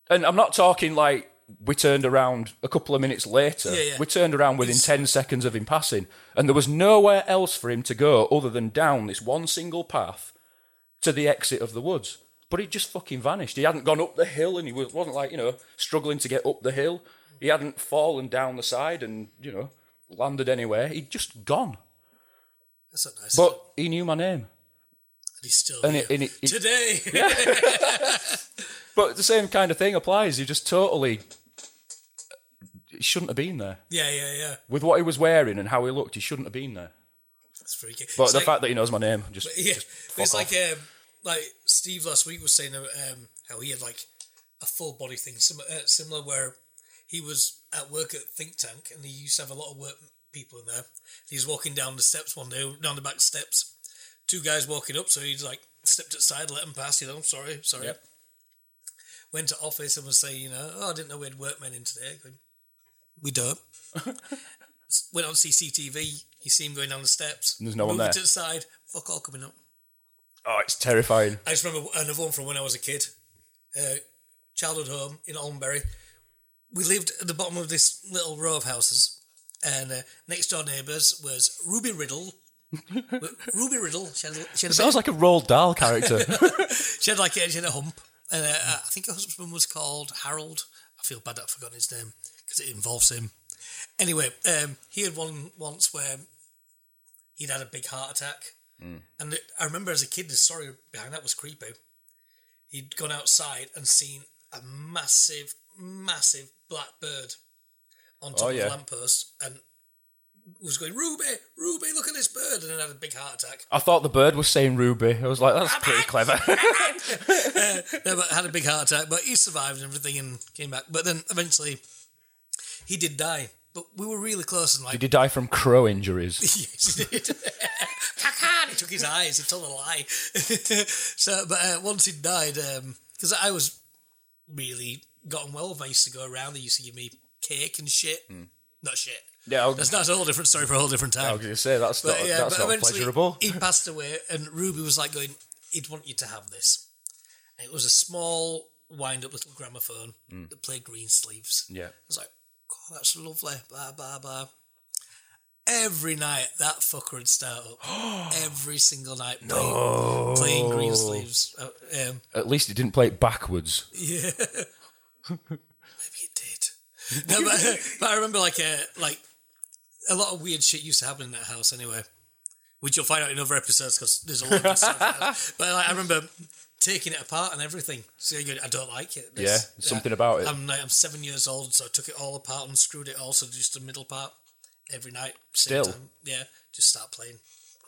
Speaker 2: And I'm not talking like we turned around a couple of minutes later.
Speaker 1: Yeah, yeah.
Speaker 2: We turned around within 10 seconds of him passing. And there was nowhere else for him to go other than down this one single path to the exit of the woods. But he just fucking vanished. He hadn't gone up the hill and he was- wasn't like, you know, struggling to get up the hill. He hadn't fallen down the side and, you know, landed anywhere. He'd just gone.
Speaker 1: That's not nice.
Speaker 2: But he knew my name.
Speaker 1: he's still
Speaker 2: And
Speaker 1: here.
Speaker 2: it, and it, it
Speaker 1: today.
Speaker 2: But the same kind of thing applies. You just totally. He shouldn't have been there.
Speaker 1: yeah, yeah, yeah.
Speaker 2: With what he was wearing and how he looked, he shouldn't have been there.
Speaker 1: That's freaky.
Speaker 2: But
Speaker 1: It's
Speaker 2: the
Speaker 1: like-
Speaker 2: fact that he knows my name, just.
Speaker 1: Yeah, but it's
Speaker 2: fuck
Speaker 1: like um, like Steve last week was saying uh, um, how he had like a full body thing sim- uh, similar where he was at work at Think Tank and he used to have a lot of work people in there. He's walking down the steps one day, down the back steps. Two guys walking up, so he's like stepped aside, let him pass. You know, sorry, sorry.
Speaker 2: Yep.
Speaker 1: Went to office and was saying, you know, oh, I didn't know we had workmen in today. I Going, we don't. Went on CCTV. You see him going down the steps.
Speaker 2: There's no one
Speaker 1: moving
Speaker 2: there.
Speaker 1: to the side. Fuck all coming up.
Speaker 2: oh, it's terrifying.
Speaker 1: I just remember another one from when I was a kid. Uh, childhood home in Almbury. We lived at the bottom of this little row of houses, and uh, next door neighbours was Ruby Riddle. But Ruby Riddle, she had, a- she, had a,
Speaker 2: Sounds like a Roald Dahl character.
Speaker 1: she had like a, she had a hump, and uh, uh, I think her husband was called Harold. I feel bad that I've forgotten his name because it involves him. Anyway, um, he had one once where he'd had a big heart attack.
Speaker 2: Mm.
Speaker 1: And it, I remember as a kid, the story behind that was creepy. He'd gone outside and seen a massive, massive black bird on top
Speaker 2: Oh,
Speaker 1: of
Speaker 2: yeah.
Speaker 1: a lamppost and was going, Ruby, Ruby, look at this bird. And then had a big heart attack.
Speaker 2: I thought the bird was saying Ruby. I was like, that's pretty clever.
Speaker 1: no, but had a big heart attack, but he survived and everything and came back. But then eventually he did die. But we were really close and like,
Speaker 2: Did he die from crow injuries?
Speaker 1: yes, he did. and he took his eyes, he told a lie. so, but uh, once he died, because I was really gotten well with, I used to go around, they used to give me cake and shit.
Speaker 2: Hmm.
Speaker 1: Not shit.
Speaker 2: Yeah, I was,
Speaker 1: That's, that's a whole different story for a whole different time.
Speaker 2: I was going to say, that's
Speaker 1: But
Speaker 2: not,
Speaker 1: yeah,
Speaker 2: Oh, that's
Speaker 1: but
Speaker 2: not
Speaker 1: eventually
Speaker 2: pleasurable.
Speaker 1: he passed away, and Ruby was like going, "He'd want you to have this." And it was a small wind-up little gramophone
Speaker 2: Hmm.
Speaker 1: that played Green Sleeves.
Speaker 2: Yeah.
Speaker 1: I was like, "Oh, that's lovely." Blah blah blah. Every night that fucker would start up. Every single night playing, playing Green Sleeves. Uh, um,
Speaker 2: At least he didn't play it backwards.
Speaker 1: yeah. Maybe it did. No, but, but I remember like a, like a lot of weird shit used to happen in that house anyway, which you'll find out in other episodes because there's a lot of good stuff. in that house. But like, I remember taking it apart and everything. So you go, I don't like it.
Speaker 2: Yeah,
Speaker 1: This-
Speaker 2: something about it.
Speaker 1: I'm like, I'm seven years old, so I took it all apart and screwed it all, so just the middle part every night. same
Speaker 2: Still?
Speaker 1: time. yeah, just start playing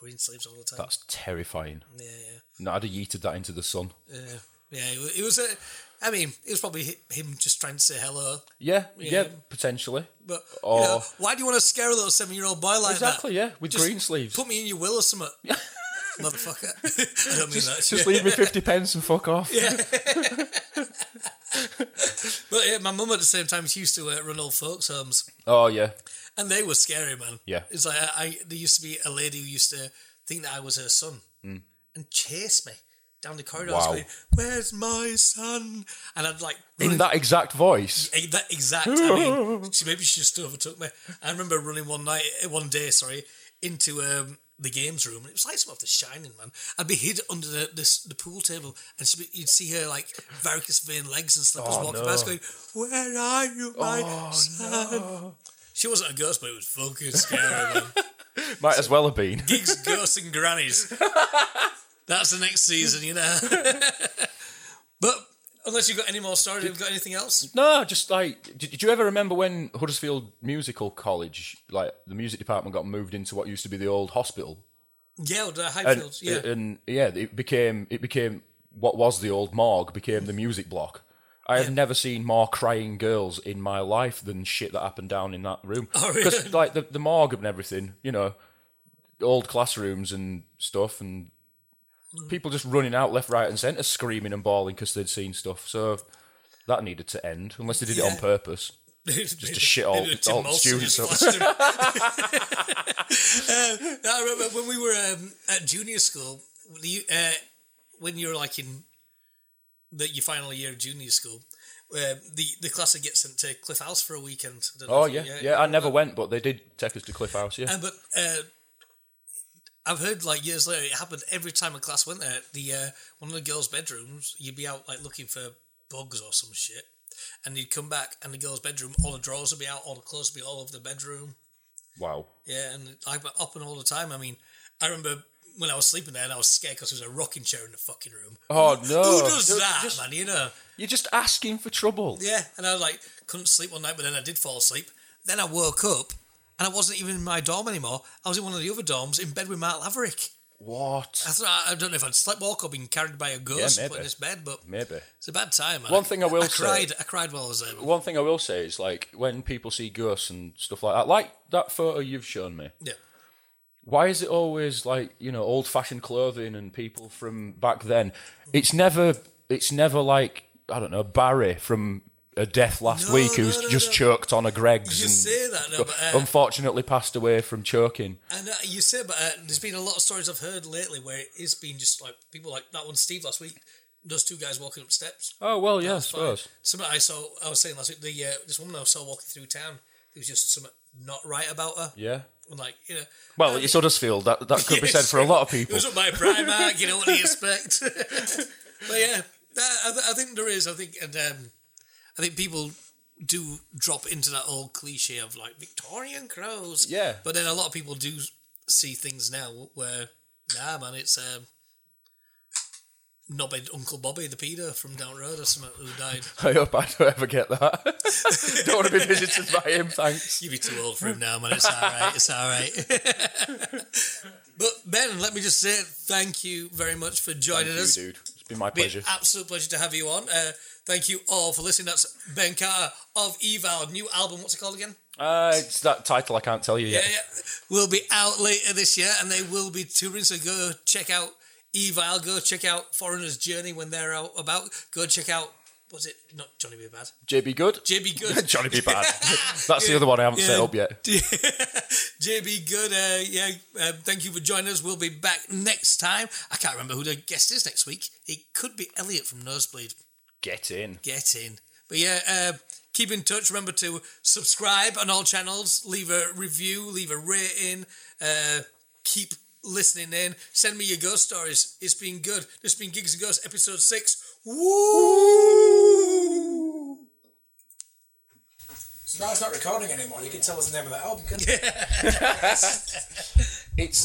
Speaker 1: green sleeves all the time.
Speaker 2: That's terrifying.
Speaker 1: yeah, yeah.
Speaker 2: No, I'd have yeeted that into the sun.
Speaker 1: Yeah, yeah. It wa- It was a. I mean, it was probably hi- him just trying to say hello.
Speaker 2: Yeah, yeah,
Speaker 1: Yeah.
Speaker 2: potentially.
Speaker 1: But you
Speaker 2: Or-
Speaker 1: know, why do you want to scare a little seven-year-old boy like
Speaker 2: Oh. Exactly,
Speaker 1: that?
Speaker 2: yeah, with
Speaker 1: Just
Speaker 2: green sleeves.
Speaker 1: Put me in your will or something, motherfucker. I don't mean that.
Speaker 2: Just leave me 50 pence and fuck off.
Speaker 1: But yeah, my mum at the same time she used to uh, run old folks' homes,
Speaker 2: Oh, yeah.
Speaker 1: and they were scary, man.
Speaker 2: Yeah.
Speaker 1: it's like I, I there used to be a lady who used to think that I was her son and chase me down the corridor,
Speaker 2: Mm. Wow.
Speaker 1: going, "Where's my son?" And I'd like run
Speaker 2: In that exact voice.
Speaker 1: Eh, That exact. I mean, she, maybe she just overtook me. I remember running one night, eh, one day, sorry, into um, the games room, and it was like some of The Shining, man. I'd be hid under the this, the pool table, and she'd be, you'd see her like varicose vein legs and slippers
Speaker 2: Oh,
Speaker 1: walking
Speaker 2: no. Oh,
Speaker 1: past, going, "Where are you, my son?" She wasn't a ghost, but it was fucking scary. man.
Speaker 2: Might as well have been.
Speaker 1: Gigs, ghosts, and grannies. That's the next season, you know. but unless you've got any more stories, have you got anything else?
Speaker 2: No, just like, did, did you ever remember when Huddersfield Musical College, like the music department, got moved into what used to be the old hospital?
Speaker 1: Yeah, the
Speaker 2: And
Speaker 1: Highfields. Yeah,
Speaker 2: and yeah, it became it became what was the old morgue became the music block. I have never seen more crying girls in my life than shit that happened down in that room.
Speaker 1: Oh, really?
Speaker 2: Because like the, the morgue and everything, you know, old classrooms and stuff, and
Speaker 1: Hmm.
Speaker 2: people just running out left, right, and centre, screaming and bawling because they'd seen stuff. So that needed to end, unless they did it on
Speaker 1: Yeah.
Speaker 2: purpose.
Speaker 1: just to
Speaker 2: shit all- all students up.
Speaker 1: Uh, I remember when we were um, at junior school. when You, uh, when you're like in that your final year of junior school, uh, the the class would get sent to Cliff House for a weekend. I don't know
Speaker 2: Oh
Speaker 1: if you-
Speaker 2: yeah, yeah. I never went, but they did take us to Cliff House. Yeah,
Speaker 1: And but uh, I've heard like years later it happened every time a class went there. The uh, one of the girls' bedrooms, you'd be out like looking for bugs or some shit, and you'd come back and the girls' bedroom, all the drawers would be out, all the clothes would be all over the bedroom.
Speaker 2: wow.
Speaker 1: Yeah, and I went up and all the time. I mean, I remember when I was sleeping there and I was scared because there was a rocking chair in the fucking room.
Speaker 2: Oh
Speaker 1: Who
Speaker 2: no,
Speaker 1: does
Speaker 2: You're
Speaker 1: that,
Speaker 2: just-
Speaker 1: man? You know.
Speaker 2: You're just asking for trouble.
Speaker 1: Yeah, and I like couldn't sleep one night, but then I did fall asleep. Then I woke up, and I wasn't even in my dorm anymore. I was in one of the other dorms, in bed with Mark Laverick. I
Speaker 2: What?
Speaker 1: thought I don't know if I'd slept walk or been carried by a ghost
Speaker 2: Yeah,
Speaker 1: put
Speaker 2: maybe.
Speaker 1: in this bed, but
Speaker 2: Maybe.
Speaker 1: it's a bad time. man.
Speaker 2: One thing I will say-
Speaker 1: cried. I cried while I was there. but-
Speaker 2: One thing I will say is like when people see ghosts and stuff like that, like that photo you've shown me.
Speaker 1: Yeah,
Speaker 2: Why is it always like you know old-fashioned clothing and people from back then? It's never. It's never like I don't know Barry from a death last
Speaker 1: No,
Speaker 2: week
Speaker 1: no,
Speaker 2: who's
Speaker 1: no,
Speaker 2: just
Speaker 1: no.
Speaker 2: choked on a Greg's
Speaker 1: you
Speaker 2: and
Speaker 1: say that, no, but uh,
Speaker 2: unfortunately passed away from choking.
Speaker 1: and uh, you say, but uh, there's been a lot of stories I've heard lately where it's been just like people like that one Steve last week. Those two guys walking up steps.
Speaker 2: Oh well, yeah, I
Speaker 1: That's fine.
Speaker 2: suppose.
Speaker 1: Something I saw. I was saying last week. The uh, this woman I saw walking through town. There was just something not right about her.
Speaker 2: Yeah.
Speaker 1: And like you know.
Speaker 2: Well, it's Huddersfield. That that could be
Speaker 1: Yes.
Speaker 2: said for a lot of
Speaker 1: Uh, It
Speaker 2: people.
Speaker 1: was up by Primark, you know what do you expect? but yeah, that, I, th- I think there is. I think, and um, I think people do drop into that old cliche of like Victorian crows.
Speaker 2: Yeah.
Speaker 1: But then a lot of people do see things now where, nah, man, it's um, knobhead Uncle Bobby the Peter from down the road or something who died.
Speaker 2: I hope I don't ever get that. don't want to be visited by him. Thanks.
Speaker 1: You'd be too old for him now, man. It's all right. It's all right. but Ben, let me just say thank you very much for joining us.
Speaker 2: dude. It's been my
Speaker 1: Be
Speaker 2: pleasure.
Speaker 1: an absolute pleasure to have you on. Uh, thank you all for listening. That's Ben Carter of Eval. New album, what's it called again?
Speaker 2: Uh, it's that title I can't tell you
Speaker 1: Yeah,
Speaker 2: yet.
Speaker 1: yeah. Will be out later this year and they will be touring. So go check out Eval. Go check out Foreigner's Journey when they're out about. Go check out, was it not Johnny B. Bad?
Speaker 2: JB Good.
Speaker 1: JB Good.
Speaker 2: Johnny B. Bad. That's the other one I haven't set
Speaker 1: Yeah.
Speaker 2: up yet.
Speaker 1: JB Good. Uh, yeah, um, thank you for joining us. We'll be back next time. I can't remember who the guest is next week. It could be Elliot from Nosebleed.
Speaker 2: Get in.
Speaker 1: get in. But yeah, uh, keep in touch. Remember to subscribe on all channels, leave a review, leave a rating, uh, keep listening in. Send me your ghost stories. It's been good. This has been Gigs and Ghosts, episode six. Woo!
Speaker 3: So now it's not recording anymore. You can tell us the name of the album. Can you?
Speaker 2: It's.